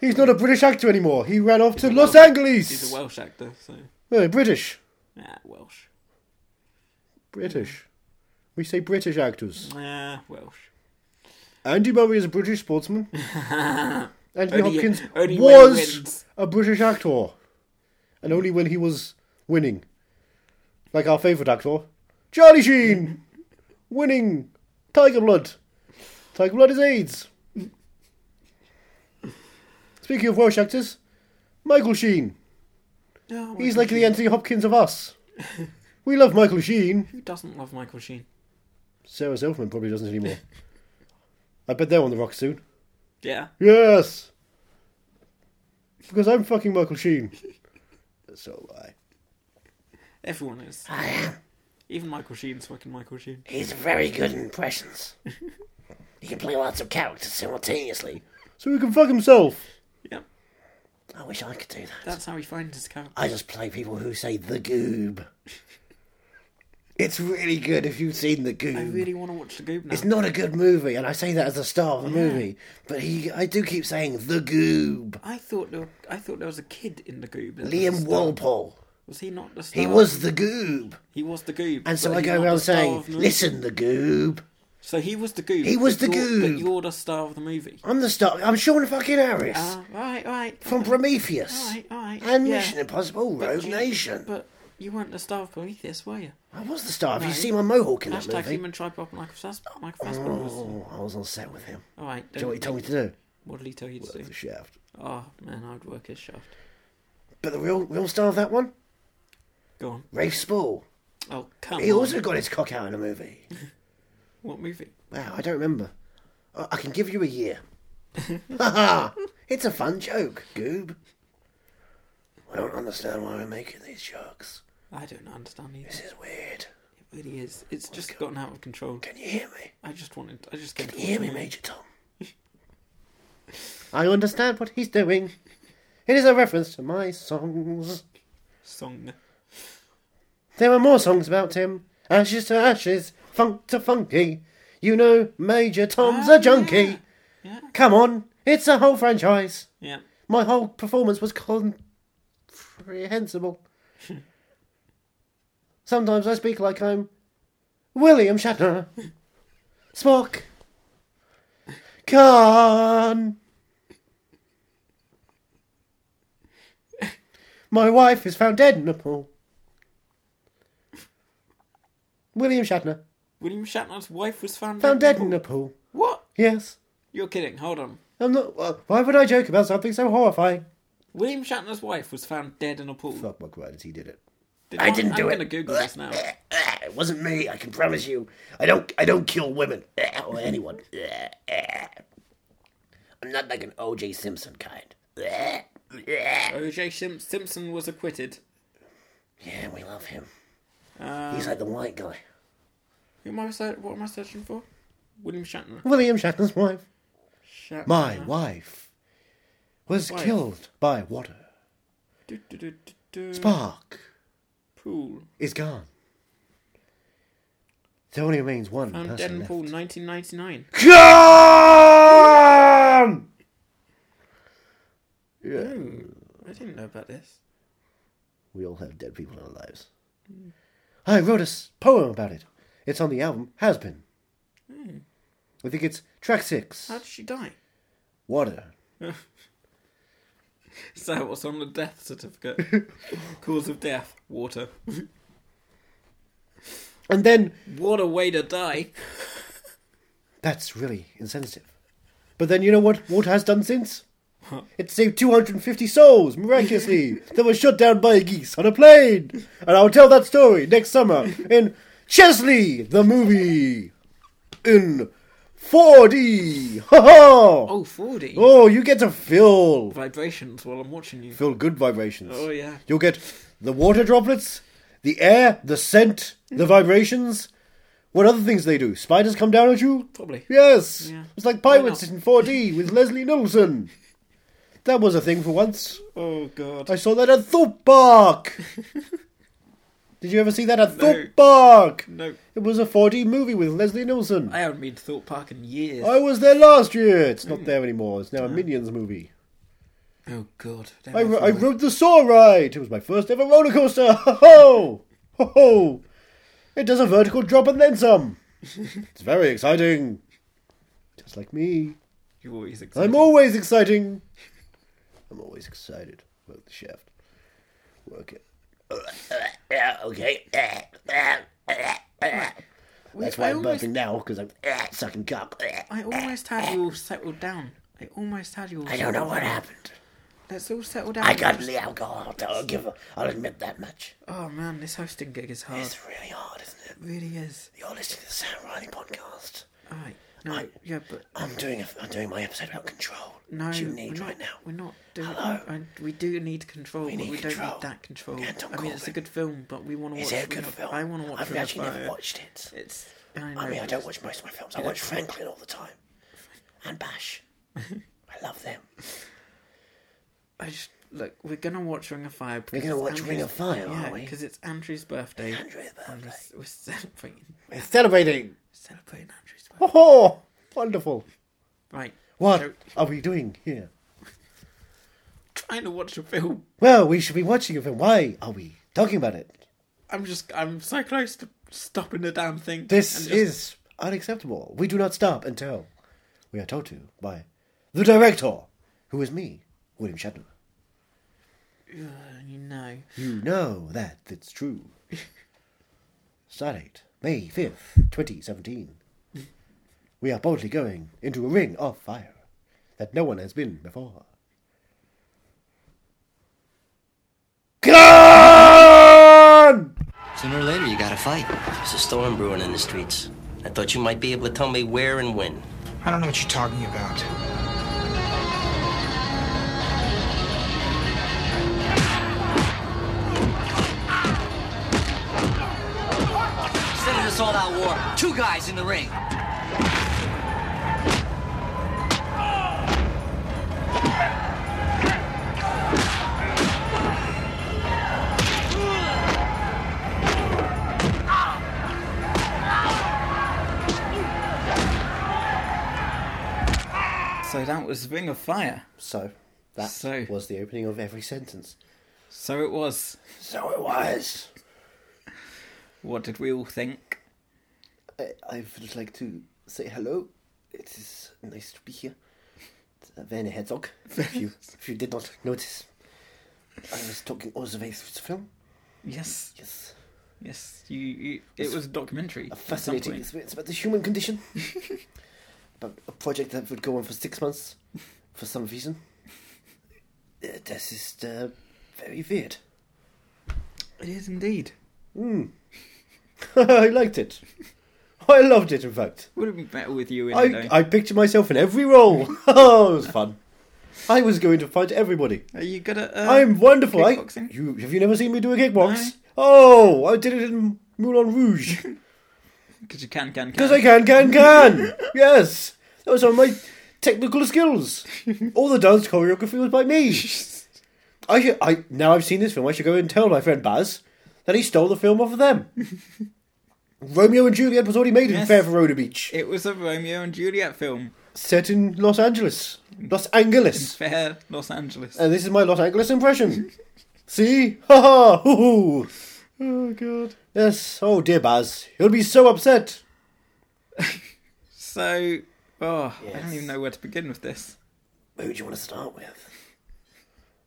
He's not a British actor anymore. He ran off
a
to Los
Welsh- He's
Angeles.
a Welsh actor, so.
No, British.
Ah, Welsh.
British. We say British actors.
Ah, Welsh.
Andy Murray is a British sportsman. Anthony
Only-
Hopkins
only when he
was
wins.
a British actor. And only when he was winning. Like our favourite actor, Charlie Sheen! winning Tiger Blood. Tiger Blood is AIDS. Speaking of Welsh actors, Michael Sheen.
Oh,
He's
Michael
like the Anthony Hopkins of us. We love Michael Sheen.
Who doesn't love Michael Sheen?
Sarah Silverman probably doesn't anymore. I bet they're on the rock soon.
Yeah.
Yes! Because I'm fucking Michael Sheen. So am I.
Everyone is.
I am.
Even Michael Sheen's fucking Michael Sheen.
He's very good at impressions. he can play lots of characters simultaneously.
So he can fuck himself.
Yep.
I wish I could do that.
That's how he finds his character.
I just play people who say the goob. It's really good if you've seen the goob.
I really want to watch The Goob now.
It's not a good movie, and I say that as the star of the movie. But he, I do keep saying the goob.
I thought there, I thought there was a kid in The Goob. that was
Liam
the star.
Walpole.
Was he not the star?
He was the goob.
He was The Goob.
And so
but
I
he's
go
not the
around
star
saying,
of the movie.
listen, the goob.
So he was The Goob.
He was
but
the
you're-
Goob.
But you're the star of the movie.
I'm the star. I'm Sean fucking Harris
Ah, right, right.
from Prometheus
Alright, alright.
and
yeah.
Mission Impossible Rogue
you-
Nation.
But you weren't the star of Prometheus, were you?
I was the star. Have you
No.
seen my mohawk in that
Hashtag
movie?
human tripod Michael Fass- Michael Fassbender was.
Oh, I was on set with him.
Alright,
Do you know what he told me to do?
what did he tell you to do?
The shaft.
Oh, man, I'd work his shaft.
But the real real star of that one,
Go on.
Rafe Spall.
Oh, come
He
on.
also got his cock out in a movie.
What movie?
Wow, I don't remember. I, I can give you a year. Ha ha! It's a fun joke, Goob. I don't understand why we're making these jokes.
I don't understand either.
This is weird.
It really is. It's just gotten out of control.
Can you hear me?
I just wanted. I just came to
Can you hear
watch
me,
a movie.
Major Tom?
I understand what he's doing. It is a reference to my songs.
Song.
There are more songs about him. Ashes to ashes, funk to funky. You know, Major Tom's
Oh,
Ah,
a junkie.
yeah. Yeah.
Come on, it's a whole franchise.
Yeah.
My whole performance was comprehensible. Sometimes I speak like I'm William Shatner, Spock, Khan. My wife is found dead in a pool. William Shatner
William Shatner's wife was found
found dead
in
in
the
a
pool.
pool.
What?
Yes,
You're kidding. Hold on.
I'm not. uh, Why would I joke about something so horrifying?
William Shatner's wife was found dead in a pool.
Fuck my credits, he did it.
Did
I didn't do
I'm I'm
it.
gonna Google this now.
It wasn't me. I can promise you. I don't. I don't kill women or anyone. I'm not like an O.J. Simpson kind. Yeah,
O.J. Shim- Simpson was acquitted.
we love him. He's like the white guy.
Who am I? ser- What am I searching for? William Shatner.
William Shatner's wife.
Shatner.
My wife was
Uh-huh. Wife.
killed by water.
Do, do, do, do, do.
Spark
Pool.
is gone. There only remains one
Found dead
person
in
left.
pool. 1999.
Gone! Yeah.
I didn't know about this.
We all have dead people in our lives. I wrote a s- poem about it. It's on the album Has Been. I think it's track six.
How did she die?
Water.
So what's on the death certificate? Cause of death: water.
And then
what a way to die!
That's really insensitive. But then you know what Water has done since? It saved 250 souls, miraculously, that were shot down by geese on a plane. And I'll tell that story next summer in Chesley, the movie, in 4D. Ha ha!
Oh, 40
Oh, you get to feel,
vibrations while I'm watching you.
feel good vibrations.
Oh yeah.
You'll get the water droplets, the air, the scent, the vibrations. What other things they do? Spiders come down at you?
Probably.
Yes,
Yeah.
it's like
Why not?
Pirates in 4D with Leslie Nielsen. That was a thing for once.
Oh god.
I saw that at Thorpe Park. Did you ever see that
No.
at Thorpe Park?
no,
It was a 4D movie with Leslie Nielsen.
I haven't been to Thought Park in years.
I was there last year. It's not there anymore. It's now a Minions movie.
Oh god. Don't
I,
make
ro-
me
I
wait.
rode the Saw ride. It was my first ever roller coaster. Ho ho! Ho ho! It does a vertical drop and then some. It's very exciting. Just like me.
You're always excited.
I'm always exciting. I'm always excited. Work the shaft. Work it.
Yeah, okay. That's why
I
I'm
almost-
burping now because I'm sucking cock.
I almost had you all settled down. I almost had you all.
I don't know what happened.
Let's all settle down.
I got the alcohol. I'll give. I'll admit that much.
Oh man, this hosting gig is hard.
It's really hard, isn't it?
It really is.
You're listening to the Sam Riley podcast.
Alright. No,
Right.
yeah, but
I'm doing a, I'm doing my episode about control.
no.
which you
we're
need
not,
right now.
We're not doing.
Hello?
I, we do need control,
need
but we
control.
don't need that control.
Yeah, don't
I mean,
call
it's
it.
a good film, but we want to watch.
Is it a
Ring
good
of-
film?
I want to watch.
I've
Ring of
actually never
Fire.
watched it.
It's. I, know,
I mean, I
but
don't watch most of my films. I watch Franklin all the time, and Bash. I love them.
I just look. We're gonna watch Ring of Fire. We're
gonna watch Ring of Fire,
yeah,
aren't we?
Because it's Andrew's birthday.
Andrew's
and
birthday.
We're, we're celebrating.
We're celebrating.
Celebrating Andrew's birthday.
Oh, wonderful.
Right.
What
So,
are we doing here?
trying to watch a film.
Well, we should be watching a film. Why are we talking about it?
I'm just. I'm so close to stopping the damn thing.
This
and just-
is unacceptable. We do not stop until we are told to by the director, who is me, William Shatner.
Uh, you know.
You know that it's true. Stardate, May 5th, 2017. We are boldly going into a ring of fire that no one has been before. Gone!
Sooner or later, you gotta fight.
There's a storm brewing in the streets. I thought you might be able to tell me where and when.
I don't know what you're talking about.
Instead
Oh,
of this all-out war, two guys in the ring.
So that was Ring of Fire.
So, that
So-
was the opening of every sentence.
So it was.
So it was.
What did we all think?
I, I would like to say hello. It is nice to be here. It's, uh, Werner Herzog, if you, if you did not notice. I was talking all the way through the film.
Yes.
Yes.
Yes. You. you it was a documentary.
A
at some
fascinating
point.
experience about the human condition. about a project that would go on for six months for some reason. Uh, This is uh, very weird.
It is indeed.
I liked it. I loved it, in fact.
Would have been better with you in it,
I,
though.
I picture myself in every role. oh, it was fun. I was going to fight everybody.
Are you good at? Uh,
I'm wonderful. I,
kickboxing?
you, have you never seen me do a kickbox?
No.
Oh, I did it in Moulin Rouge.
Because you can, can, can.
Because I can, can, can. yes. That was on my technical skills. All the dance choreography was by me. I should, I now I've seen this film. I should go and tell my friend Baz that he stole the film off of them. Romeo and Juliet was already made in
Yes.
Fairfield Beach,
It was a Romeo and Juliet film.
set in Los Angeles,
Mm.
Los Angeles.
Fair Los Angeles.
And this is my Los Angeles impression. See, ha ha, hoo hoo.
oh god.
Yes. Oh dear, Baz, he'll be so upset.
So, oh, I
Yes.
don't even know where to begin with this.
Who do you want to start with?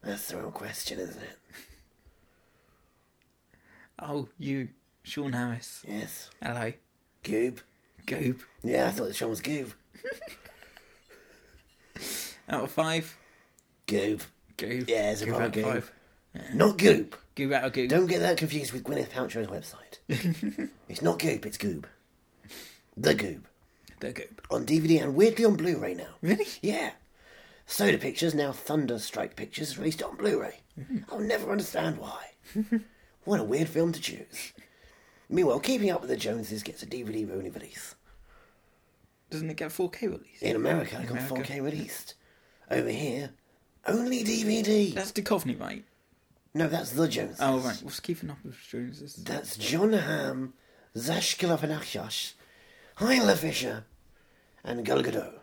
That's the real question, isn't it?
Oh, you, Sean Harris.
Yes.
Hello,
Goob.
Goob.
Yeah, I thought the show was Goob.
Out of five,
Goob.
Goob.
Yeah, it's a
Goob
proper
out of
Goob.
five.
Not Goob.
Goob out of Goob.
Don't get that confused with Gwyneth Paltrow's website. it's not Goob, it's Goob. The Goob.
The Goob.
On DVD and weirdly on Blu-ray now.
Really?
Yeah. Soda Pictures, now Thunderstrike Pictures, released it on Blu-ray.
Hmm.
I'll never understand why. what a weird film to choose. Meanwhile, Keeping Up with the Joneses gets a DVD only release.
Doesn't it get 4K release?
In America, it got
America.
4K released. Over here, only DVD.
That's Duchovny, right?
No, that's the Joneses.
Oh, right. What's keeping up with Jones? This is-
That's John Hamm, Zashkila Panakyash, Hyla Fisher, and Gal Gadot.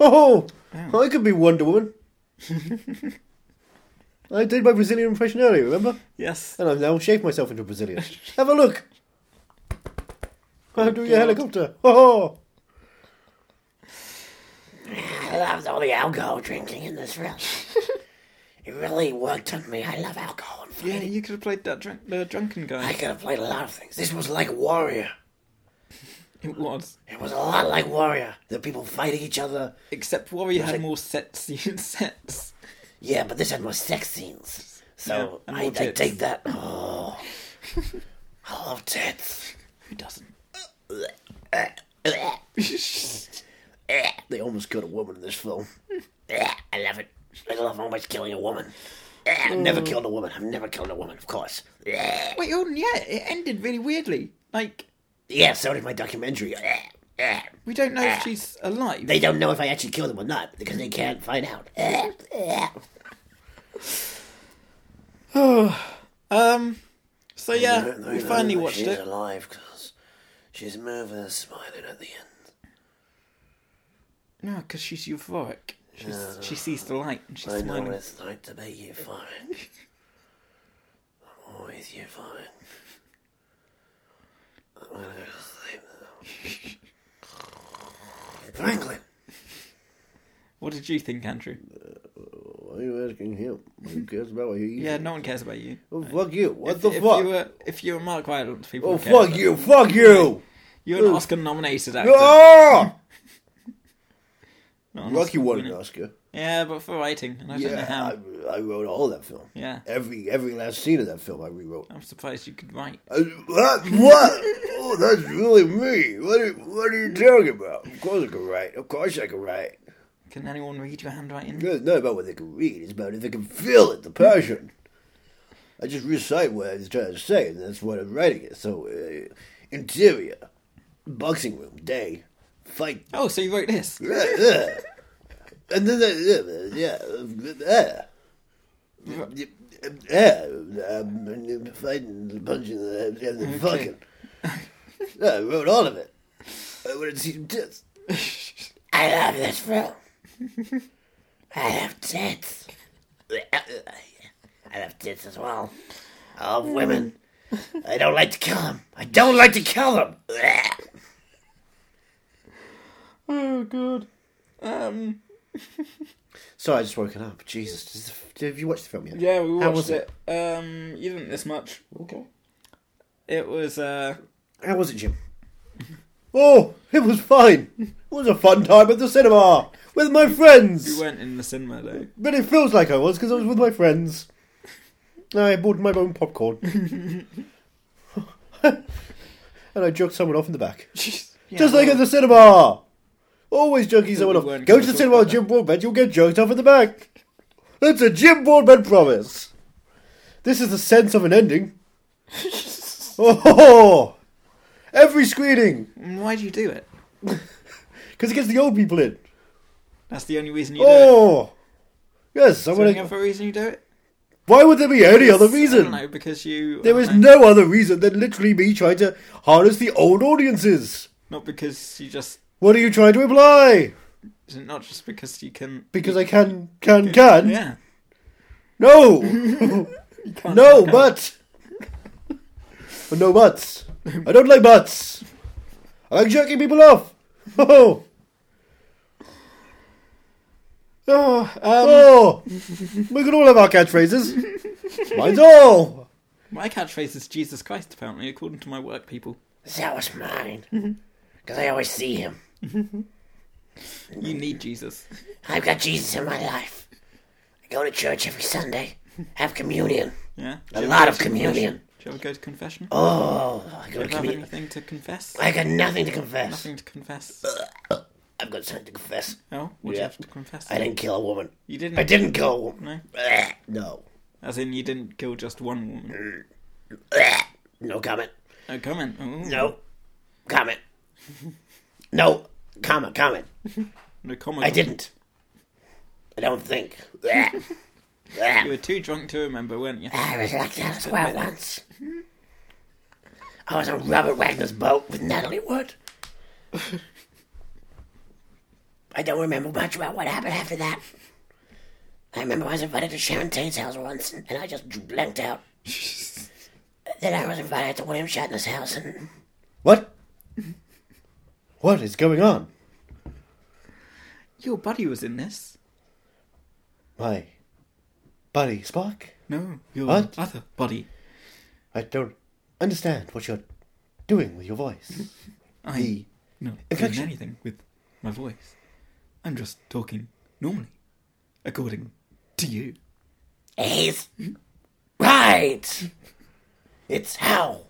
Oh, I could be Wonder Woman. I did my Brazilian impression earlier, remember?
Yes.
And I've now shaved myself into Brazilian. Have a look. How do your helicopter? Oh,
I loved all the alcohol drinking in this film. it really worked on me. I love alcohol. and
Yeah,
fighting.
you could have played that drunk, the drunken
I
guy.
could have played a lot of things. This was like Warrior.
It was.
It was a lot like Warrior. The people fighting each other.
Except Warrior had
like-
more sets. sets.
Yeah, but this had more sex scenes. So
Yeah, and
I,
more
I
tits.
take that. Oh, I love tits.
Who doesn't?
They almost killed a woman in this film. I love it. I love almost killing a woman. I've never
Mm.
killed a woman. I've never killed a woman, of course.
Wait, on yeah, it ended really weirdly. Like
Yeah, so did my documentary.
we don't know if she's alive.
Ah. They don't know if I actually killed him or not because they can't find out.
Um. So yeah, we finally watched
she's
it.
alive because she's moving and smiling at the end.
No, because she's euphoric. She's, she sees the light and she's
I know
smiling.
what it's like to be you fine. I'm always you fine. I'm gonna go to sleep now. Franklin!
What did you think, Andrew?
Why are you asking him? Who cares about what he
Yeah, no one cares about you.
Oh, fuck you. What the
if
fuck?
you were if you were Mark Rylance, people
oh,
would care,
fuck
but
you. Fuck you.
You're an Oscar-nominated actor.
Ah!
Not an
Lucky
Oscar
won an
winner.
Oscar.
Yeah, but for writing, and I don't know how.
Yeah, I, I wrote all that film.
Yeah.
Every every last scene of that film I rewrote.
I'm surprised you could write.
I, what? What? oh, that's really me. What are, what are you talking about? Of course I can write. Of course I can write.
Can anyone read your handwriting?
It's not about what they can read. It's about if they can feel it, the passion. I just recite what I was trying to say, and that's what I'm writing it. So, uh, interior, boxing room, day, fight.
Oh, so you wrote this?
Yeah, yeah. And then, uh, yeah, yeah, uh, yeah, yeah, um, and fighting, and punching, and and fucking. Yeah, I wrote all of it. I wanted to see some tits.
I love this film. I have tits. I love tits as well. I love women. I don't like to kill them. I don't like to kill them.
Oh god. Um.
Sorry, I just woken up. Jesus, does the- have you watched the film yet?
Yeah, we
How
watched
was
it. Um, you didn't this much.
Okay.
It was uh.
How was it, Jim? Oh, it was fine. It was a fun time at the cinema with my
We
friends.
weren't in the cinema though.
But it feels like I was because I was with my friends. I bought my own popcorn. and I joked someone off in the back. Just like at the cinema. Always joking someone
we
off.
weren't
Go
gonna
to the
talk
cinema with
about
Jim Broadbent, you'll get joked off in the back. That's a Jim Broadbent promise. This is the sense of an ending. oh, every screening.
And why do you do it?
Because it gets the old people in.
That's the only reason you do it.
Oh, yes.
Is there
Someone.
any other reason you do it?
Why would there be any other
I don't know
reason?
because you.
There
I
is
don't know,
no other reason than literally me trying to harness the old audiences.
Not because you just.
What are you trying to imply?
Not just because you can.
Because I can, can, can.
Yeah.
No,
Can't-
no,
can't.
but. no buts. I don't like buts. I like jerking people off. Oh,
Oh, um,
oh. we can all have our catchphrases. Mine's all.
my catchphrase is Jesus Christ, apparently, according to my work people.
That was mine. Because I always see him.
You need Jesus.
I've got Jesus in my life. I go to church every Sunday, have communion.
Yeah. Do
A
you ever
lot
go
of
to
communion.
confession? Do you ever go to confession?
Oh, I go
Do you
to
have
communion.
anything to confess?
I got nothing to confess.
Nothing to confess.
I've got something to confess.
No? What do you
Uh, Yeah.
have to confess?
I didn't kill a woman.
You didn't.
I didn't kill a woman.
No?
No.
As in, you didn't kill just one woman.
No comment.
No comment. Oh, Ooh.
Uh, No comment. No comma comment.
No comment.
I didn't. I don't think.
You were too drunk to remember, weren't you?
I was like that as well once. Mm-hmm. I was on Robert Wagner's boat with Natalie Wood. I don't remember much about what happened after that. I remember I was invited to Sharon Tate's house once, and I just blanked out. then I was invited to William Shatner's house, and
What? What is going on?
Your buddy was in this.
My buddy Spock?
No, your
What?
other buddy.
I don't understand what you're doing with your voice.
I
The
no doing
infection.
anything with my voice. I'm just talking normally, according to you.
he's right. It's how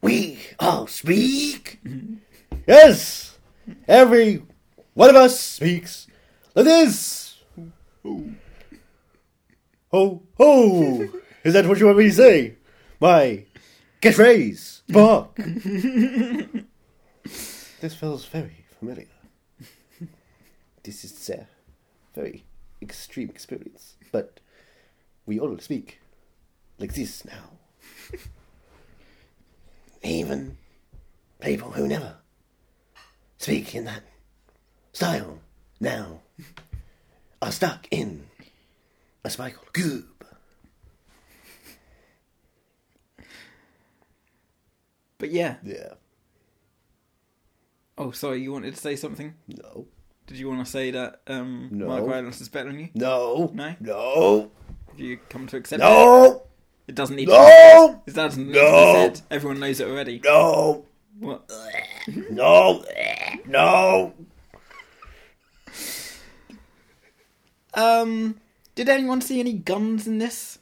we all speak. Yes, every one of us speaks. Like this. Ho, ho. Is that what you want me to say? My catchphrase. Bark. this feels very familiar. This is a very extreme experience, but we all speak like this now.
Even people who never speak in that style now are stuck in a spinal cube.
But yeah.
Yeah.
Oh, sorry, you wanted to say something?
No.
Did you want to say that um,
No.
Mark Rylance is better than you?
No.
No?
No.
Have you come to accept it?
No.
It doesn't need to
No.
be It doesn't need
No.
to be said. Everyone knows it already.
No.
What?
No. No.
Um, did anyone see any guns in this?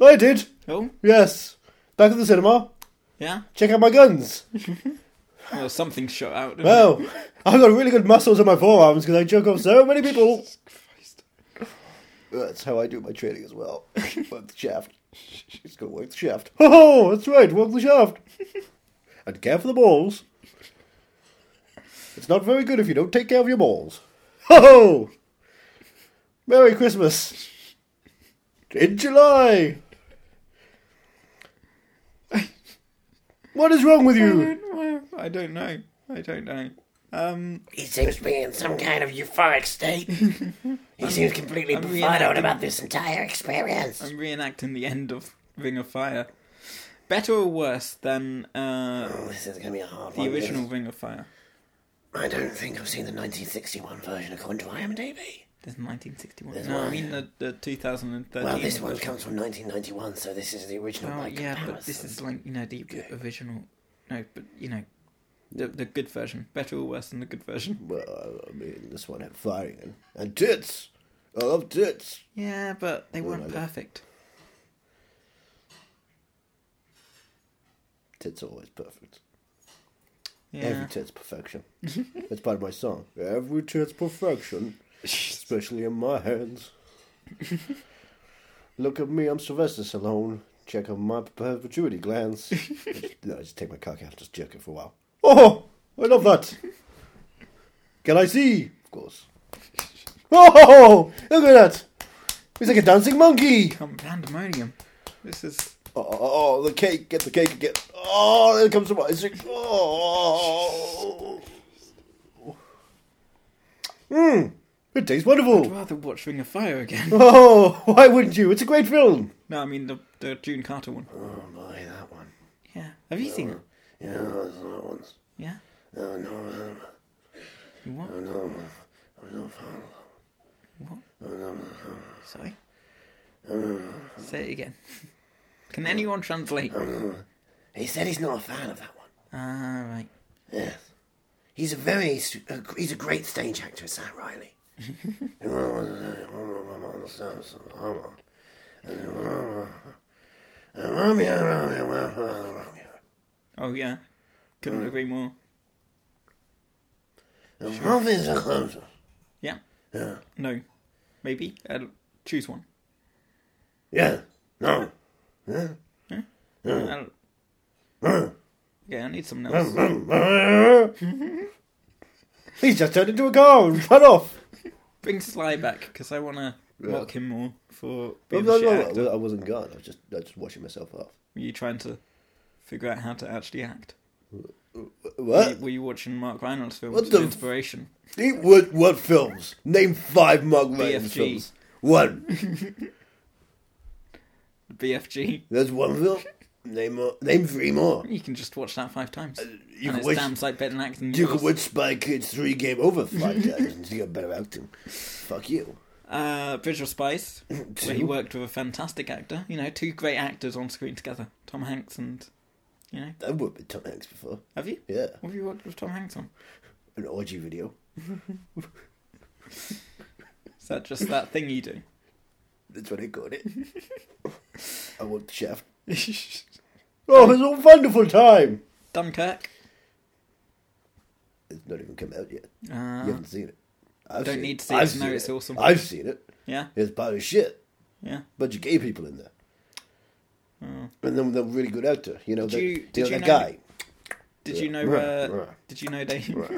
I did.
Oh,
Yes. Back at the cinema.
yeah.
Check out my guns.
Well, something shot out. didn't it?
Wow. I've got really good muscles in my forearms because I jerk off so many people. That's how I do my training as well. Work the shaft. She's gonna work the shaft. Oh, that's right. Work the shaft. And care for the balls. It's not very good if you don't take care of your balls. Ho! Merry Christmas. In July. What is wrong with you?
I don't know. I don't know.
He seems to be in some kind of euphoric state. he seems completely
I'm
befuddled
reenacting-
about this entire experience.
I'm reenacting the end of Ring of Fire. Better or worse than uh,
Oh,
Oh,
this is going to be a hard
the
one.
original Ring of Fire?
I don't think I've seen the 1961 version according to IMDb.
There's 1961.
There's
no, I
one,
mean the, the 2013.
Well, this one comes from 1991, so this is the original.
Oh
by
yeah, but this
comparison.
is like you know the original. No, but you know the the good version. Better or worse than the good version?
Well, I mean, this one had firing and, and tits. I love tits.
Yeah, but they weren't
my God.
perfect.
Tits are always perfect.
Yeah.
Every tit's perfection. That's part of my song. Every tit's perfection, especially in my hands. Look at me, I'm Sylvester Stallone. Check out my perpetuity glands. I just, no, I just take my cock out and just jerk it for a while. Oh, I love that. Can I see? Of course. Oh, look at that. He's like a dancing monkey.
Come pandemonium. This is
Oh, oh, oh, the cake, get the cake again. Oh, there comes the Isaac. Oh. Mmm, it tastes
I'd
wonderful.
rather watch Ring of Fire again.
Oh, why wouldn't you? It's a great film.
no, I mean the the June Carter one.
Oh, boy, that one.
Yeah. Have you seen it?
Yeah, that's that one's.
Yeah.
Oh, no, no,
You what?
no,
Oh,
no, no,
What? Sorry.
Uh.
Say it again. Can anyone translate?
He said he's not a fan of that one.
Ah, right.
Yes. He's a very, s- a gr- he's a great stage actor, Sam Riley.
Oh yeah.
Uh.
Couldn't agree more.
Muffins are closer.
Yeah. No. Maybe. i choose one.
Yeah. No.
I don't... Yeah, I need something else.
He's just turned into a car and run off.
Bring Sly back because I want to mock him more for
No,
being
no,
a shit
no,
actor.
I wasn't gone. I was just, I was just watching myself off.
Were you trying to figure out how to actually act? Were you,
What?
were you watching Mark Reynolds films
Uh. What
as
the f-
inspiration?
Eat what? What films? Name five Mark Rylance
BFG.
films. One.
BFG.
There's one film. Name more. Name three more.
You can just watch that five times.
Uh, you
and
can
it's
watch-
damn sight better than acting.
You can win Spy Kids 3 Game Over five times and you got better acting. Fuck you.
Uh, Bridge of Spice, where he worked with a fantastic actor. You know, two great actors on screen together. Tom Hanks and, you know,
I've worked with Tom Hanks before.
have you?
Yeah.
What have you worked with Tom Hanks on?
An orgy video.
Is that just that thing you do?
That's what I called it. I worked the shaft. Oh, it was a wonderful time.
Dunkirk.
It's not even come out yet. you haven't seen it. I
Uh, Uh-huh. Don't need to see it to know it's awesome.
I've seen it.
Yeah,
It's part of shit.
yeah.
bunch of gay people in there. And then they're really good actor. You know,
Hmm. Did
the,
you-
you
did
know,
you
that
know-
guy.
Did you know?
Right,
Uh,
right.
did you know they?
Right,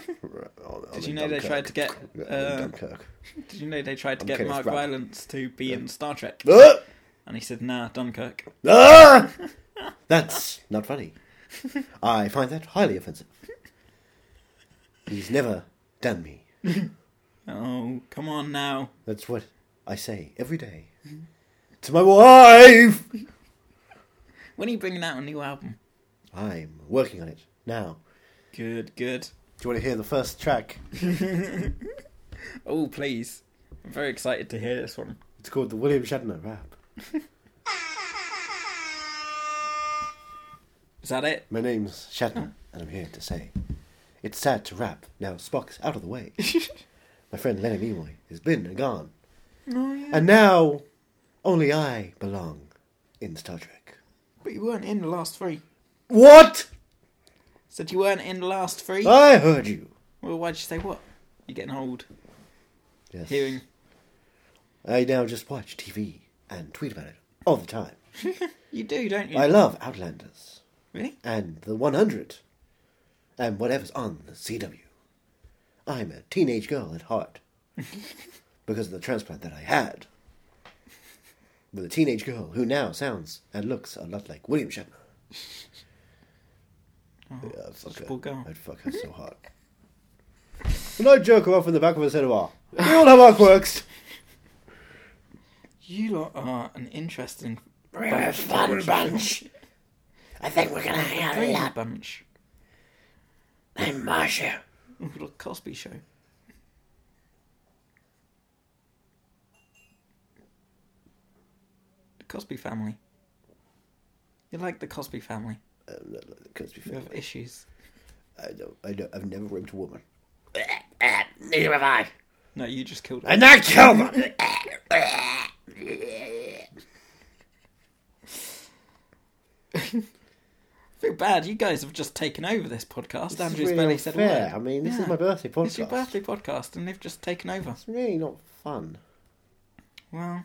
on- on
Did
the
you know they
Dunkirk.
tried to get?
Yeah, on the
Uh,
Dunkirk.
did you know they tried to get
Kenneth
Mark
Branagh.
Rylance to be in Star Trek?
Ah!
And he said, "Nah, Dunkirk."
Ah! That's not funny. I find that highly offensive. He's never done me.
Oh, come on now.
That's what I say every day. To my wife!
When are you bringing out a new album?
I'm working on it now.
Good, good.
Do you want to hear the first track?
Oh, please. I'm very excited to hear this one.
It's called the William Shatner rap.
Is that it?
My name's Shatner, and I'm here to say it's sad to rap. Now Spock's out of the way. My friend Lenny Nimoy is been and gone. And now only I belong in Star Trek.
But you weren't in the last three.
What?
Said you weren't in the last three.
I heard you.
Well, why'd you say what? You're getting old.
Yes.
Hearing.
I now just watch TV and tweet about it all the time.
You do, don't you?
I love Outlanders
really?
and The 100 and whatever's on the CW. I'm a teenage girl at heart because of the transplant that I had. With a teenage girl who now sounds and looks a lot like William Shatner.
Oh,
yeah, I'd fuck
a poor girl.
I'd fuck her so hard. And I jerk her off in the back of a cinema. We all have our quirks.
You lot are an interesting
We're a fun bunch. I think we're gonna hang out a
brain
lot.
bunch.
I'm Marsha.
Ooh, the Cosby Show. The Cosby family. You're like the Cosby family.
I'm not like the Cosby
You
Family.
have issues.
I don't, I don't, I've never raped a woman.
Uh, neither have I.
No, you just killed
And I killed her!
I feel bad. You guys have just taken over this podcast.
This is
Andrew's
really
barely said a
unfair.
word.
I mean, this
Yeah.
is my birthday podcast.
It's your birthday podcast, and they've just taken over.
It's really not fun.
Well,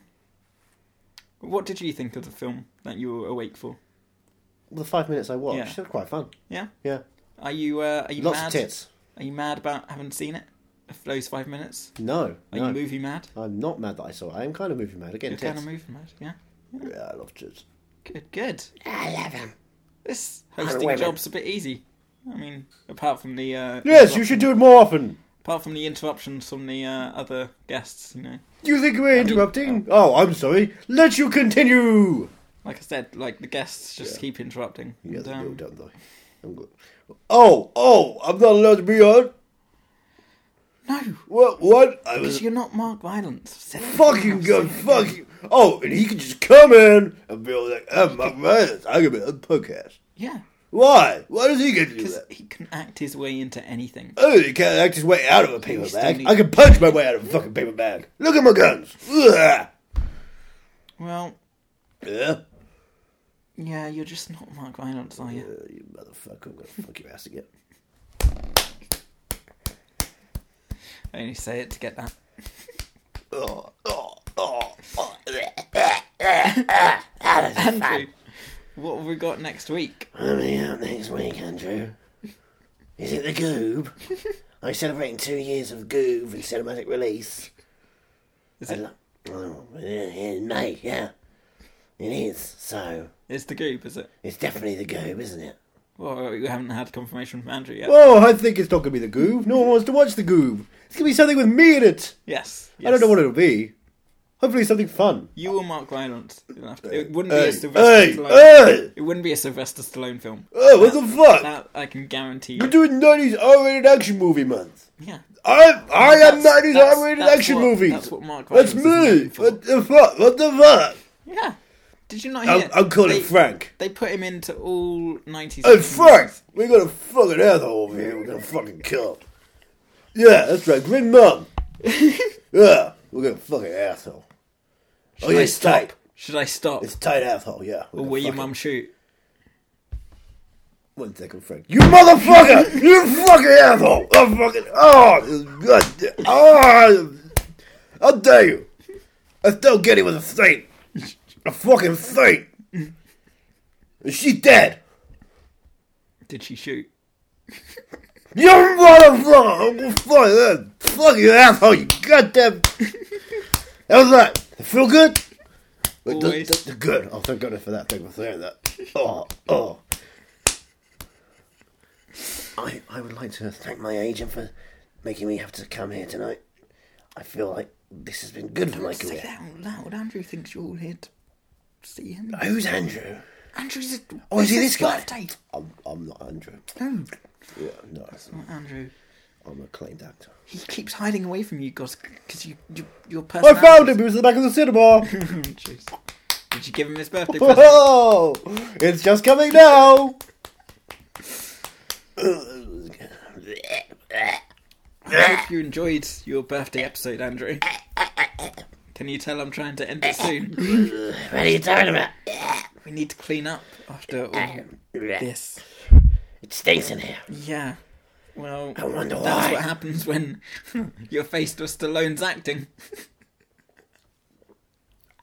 what did you think of the film that you were awake for?
Well, the five minutes I watched,
Yeah.
it was quite fun.
Yeah.
Yeah,
Are you uh, are you
lots
mad?
of tits.
Are you mad about having seen it? Of Those five minutes.
No,
Are
no.
you movie mad?
I'm not mad that I saw. it. I am kind of movie mad again.
You're
tits.
kind of movie mad. Yeah.
Yeah, I love tits.
Good. Good.
I love him.
This
And
hosting
women.
job's a bit easy. I mean, apart from the uh,
Yes, you
interrup-
should do it more often.
apart from the interruptions from the uh, other guests, you know.
You think we're interrupting? Oh, I'm sorry. Let you continue.
Like I said, like the guests just keep interrupting.
Yeah,
And,
they
um,
do don't they? I'm good. Oh, oh, I'm not allowed to be on.
no,
What? What? I
because
was
you're not Mark Rylance. Said it.
fucking good. Fuck you. Oh, and he could just come in and be like, "I'm Mark Rylance. I could be on the podcast."
Yeah,
Why? Why does he get to do
because
that?
he can act his way into anything.
Oh, he can't act his way out of a paper
still
bag.
need-
I can punch my way out of a fucking paper bag. Look at my guns. Ugh.
Well,
Yeah.
yeah, you're just not Mark Rylance, are you?
Uh, you motherfucker, I'm gonna fuck your ass again.
I only say it to get that.
Oh, oh, oh, oh.
Andrew, what have we got next week?
I'll be out next week, Andrew.
Is it the goob? I'm celebrating two years of goob and cinematic release.
Is it?
Oh, in May, yeah. It is, so
It's the goop, is it?
it's definitely the goob, isn't it?
Well, you haven't had confirmation from Andrew yet.
Oh, I think it's not gonna be the goob. No one wants to watch the goob. It's gonna be something with me in it.
Yes,
I don't know what it'll be. Hopefully, something fun.
You or Mark Rylance? You'll have to- It wouldn't be
Hey,
a Sylvester
hey,
Stallone.
hey!
It wouldn't be a Sylvester Stallone film.
Oh, what the fuck?
That I can guarantee.
We're
You.
doing 90s R-rated action movie month.
Yeah.
I, I am
That's-
90s
that's-
R-rated
that's
action
what-
movies.
that's what Mark Rylance
That's
is
me.
known for.
What the fuck? What the fuck?
Yeah. Did you not hear?
I'm, I'm calling Oh,
they,
Frank.
They put him into all nineties.
Hey, Frank! We got a fucking asshole over here. We're gonna fucking kill him. Yeah, that's right. Green Mum. yeah, we're gonna fucking asshole. Oh, yeah,
I
it's tight.
stop? Should I stop?
It's tight asshole, yeah.
Or
We're gonna
will your
fucking-
mum shoot?
One second, Frank. You motherfucker! you fucking asshole! Oh, fucking. Oh, good. Oh, I'll tell you. I still get it with a saint. A fucking saint. And She dead.
Did she shoot?
You motherfucker! I'm gonna fuck that fucking asshole, you goddamn. How's that? Feel good? Wait, does-
Always.
does- good. Oh, thank goodness for that. Thank you for saying that. Oh, oh.
I, I would like to thank my agent for making me have to come here tonight. I feel like this has been good for my
Say
career.
that out loud. Andrew thinks you're all here to see him.
Who's Andrew?
Andrew's a.
Oh, is he
it's
this
his
guy?
birthday.
I'm, I'm not Andrew.
No,
Yeah, no,
not Andrew.
I'm a acclaimed actor.
He keeps hiding away from you guys because you, you, your
I
personality.
found him. He was in the back of the cinema.
Jeez. Did you give him his birthday present?
oh, it's just coming now.
I hope you enjoyed your birthday episode, Andrew. Can you tell I'm trying to end it soon?
What are you talking about?
we need to clean up after all this.
It stinks in here.
Yeah. Well,
I wonder
that's
why.
what happens when you're faced with Stallone's acting.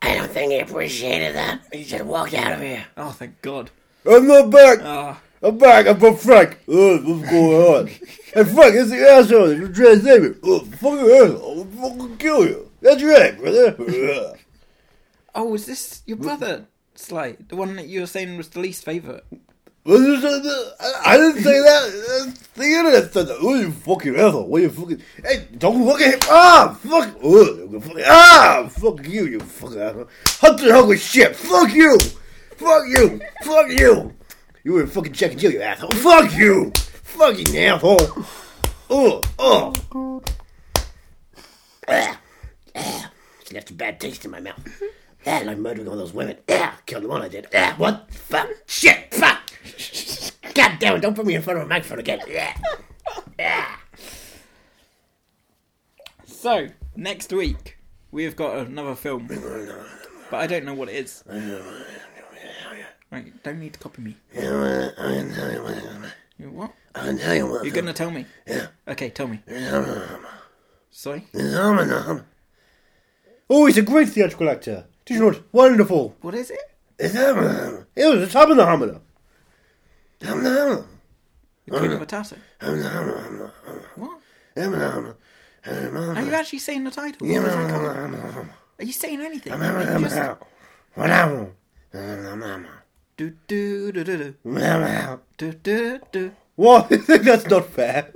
I don't think he appreciated that. He just walked out of here.
Oh, thank God.
I'm not back.
Ah,
I'm back. I'm from Frank. Ugh, what's going on? hey, Frank, it's the asshole. You're trying to save me. Ugh, Uh, fucking asshole. I'll fucking kill you. That's right, brother. Uh. Ugh.
oh, is this your brother, Sly? The one that you were saying was the least favourite?
What is that? I I didn't say that. That's The internet said that. Oh, you fucking asshole. What you fucking. Hey, don't look at him. Ah, fuck. Ugh, you fucking. Ah, fuck you, you fucking asshole. Hunter hungry shit. Fuck you. Fuck you. Fuck you. You were fucking checking and Jill, you asshole. Fuck you. Fucking asshole. Ugh, ugh. Ah,
She left a bad taste in my mouth. Yeah,
Ah,
like murdering all those women. Yeah, killed the one I did. Yeah, what? Fuck. Shit. Fuck. God damn it, don't put me in front of a microphone again. Yeah.
So, next week, we've got another film. But I don't know what it is. Right, don't need to copy me. You what?
I'll tell you what.
You're gonna tell me? Yeah. Okay, tell me. Sorry?
Phenomenon.
Oh, he's a great theatrical actor. Did you know it? Wonderful.
What is it?
Phenomenon.
It was a time in the harmony.
Phenomenon.
The Queen of Matata. What?
Phenomenon.
Are you actually saying the title? What is that called?
Phenomenon.
Are you saying anything? Just-
Phenomenon. Phenomenon. Phenomenon.
Do do do do do
Phenomenon.
do do do.
What? That's not fair.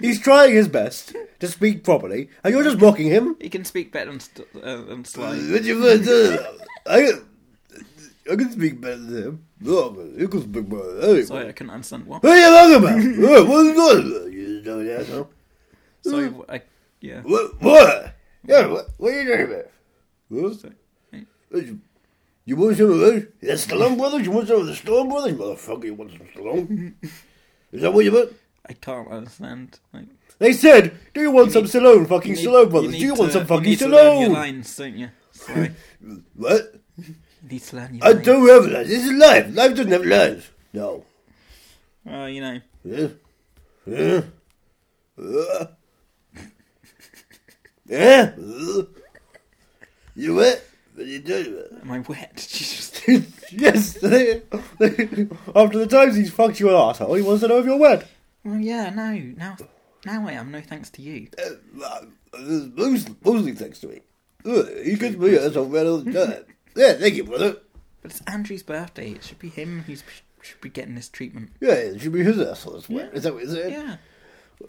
He's trying his best to speak properly, and you're just mocking him.
He can speak better than, St- uh, than Sly.
What you gonna do? I, I can speak better than him. No, but you can speak better than anyone.
Sorry, I couldn't understand what.
What are you talking about? what what are you talking about? You dumb asshole.
Sorry, wh- I yeah.
What? What? Yeah, what, what are you talking about? What?
Sorry.
What You, you want some of those? That's Stallone Brothers? You want some of the Stallone Brothers? Motherfucker, you want some Stallone? Is that what you want?
I can't understand. Like,
They said, do you want some Stallone fucking
need-
Stallone Brothers? do you
need
want
to-
some fucking
you need to learn your
Stallone?
lines, don't you? Sorry,
What?
you need to learn your
I
lines.
don't have lines. This is life. Life doesn't have lines. No.
Oh, you know.
Yeah. Yeah. Uh. Yeah. Uh. You what? What are you doing? man?
Am I wet? Did you just?
yes. they- they- After the times he's fucked you an arsehole, he wants to know if you're wet.
Well, yeah. No, now, now I am. No thanks to you.
Uh, Mostly, mostly thanks to me. Uh, He gets me as a wet all the time. Yeah, thank you, brother.
But it's Andrew's birthday. It should be him who should be getting this treatment.
Yeah, it should be his asshole as well. Is that what you said?
Yeah.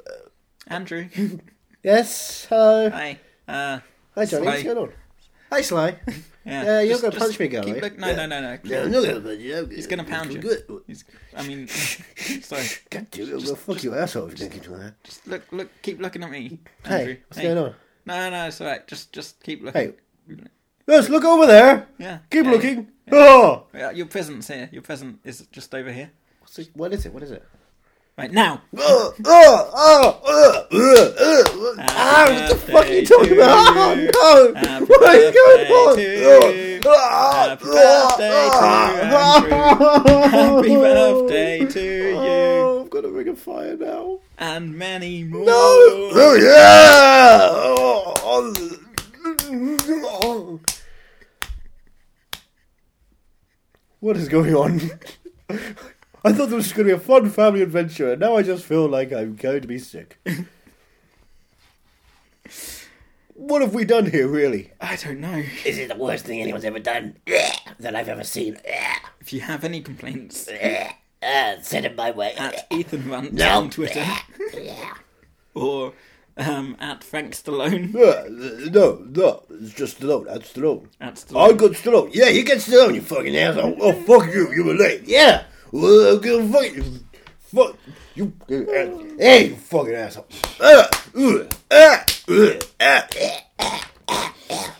Andrew.
Yes, hello.
Hi. Uh,
Hi, Johnny. What's
Sly.
going on? Hi, Sly.
yeah.
Uh, you're
Just-
gonna
just
punch me, girl,
keep
right?
look- No, no, no, no.
No, no, no, but you know,
He's gonna pound you.
Good.
He's, I mean, sorry.
God damn it, well, fuck your asshole if you think you're that.
Just look, look, keep looking at me,
Hey,
Andrew.
what's going on?
No, no, it's alright. Just, just keep looking.
Yes, look over there.
Yeah.
Keep
Yeah.
looking. Oh.
Yeah, your present's here. Your present is just over here.
What's it- What is it? What is it?
Right now.
Oh, oh, oh, oh, oh, oh. Ah, what the fuck are you
birthday
talking about?
to you.
Oh, no.
Happy
What is
birthday to
going on? Ah,
Happy birthday to Andrew. Happy birthday to you.
Oh, I've got to ring a fire now.
And many more.
Oh, oh, yeah! Oh, oh. What is going on? I thought this was going to be a fun family adventure, and now I just feel like I'm going to be sick. what have we done here, really?
I don't know.
This is the worst thing anyone's ever done bleh, that I've ever seen. Bleh,
If you have any complaints
bleh. Uh, send it my way.
at Ethan Van
No.
on Twitter
Yeah.
or um, at Frank Stallone.
Uh, no, no, it's just Stallone. That's Stallone.
At Stallone.
I got Stallone. Yeah, you get Stallone, you fucking asshole. Oh, fuck you. You were late. Yeah. Well, okay, fuck you. Fuck you. Hey, you fucking asshole. Ah, ugh, ah, ugh, ah.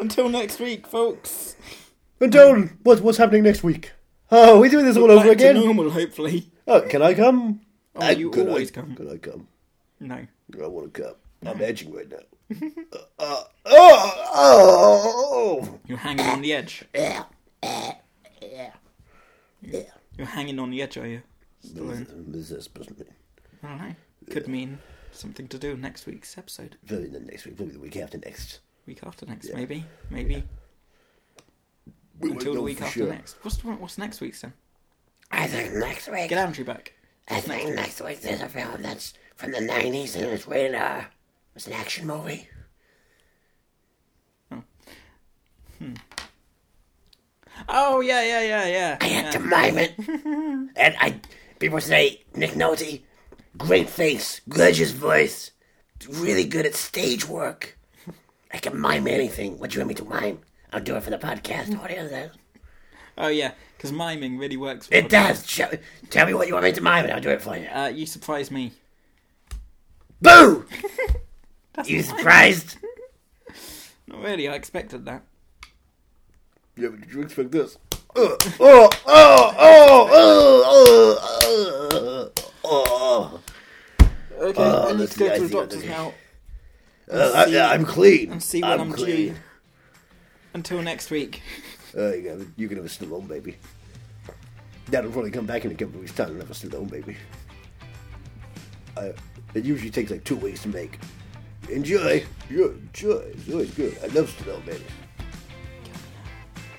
Until next week, folks.
And Dolan, what, what's happening next week? Oh, are we doing this all
Back
over
to
again?
normal, hopefully.
Oh, can I come?
Oh,
Uh,
you Mm.
could
always
I,
come.
Can I come?
No.
I want to come. I'm edging right now. uh, oh, oh,
You're hanging on the edge. You're hanging on the edge, are you?
oh.
Stallone.
This is supposed to be-
I don't know. Could mean something to do in next week's episode.
Probably the next week, probably the week after next.
Week after next, maybe. Maybe. Until the week after next. What's, what's next week's then?
I think next week.
Get Andrew back.
I think next week there's a film that's from the 90s and it's rated R. It's an action movie.
Oh, yeah, yeah, yeah, yeah.
I had to mime it. and I, people say, Nick Nolte, great face, gorgeous voice, really good at stage work. I can mime anything. What do you want me to mime? I'll do it for the podcast audience. then.
Oh, yeah, because miming really works. for
It
podcasts.
does. Show- Tell me what you want me to mime and I'll do it for you.
Uh, you surprise me.
Boo! you surprised?
Not really, I expected that.
Yeah, but did you expect this? Uh, oh, oh, oh, oh, oh, oh,
Okay, I need
that's
to go to the
the idea,
doctor's
isn't it?
now
Uh, I, yeah, I'm clean.
and see when I'm, due. Until next week.
Uh, you, can have, you can have a Stallone baby. That'll probably come back in a couple of weeks' time and have a Stallone baby. I, it usually takes like two weeks to make. Enjoy. Enjoy. Enjoy. It's always good. I love Stallone baby.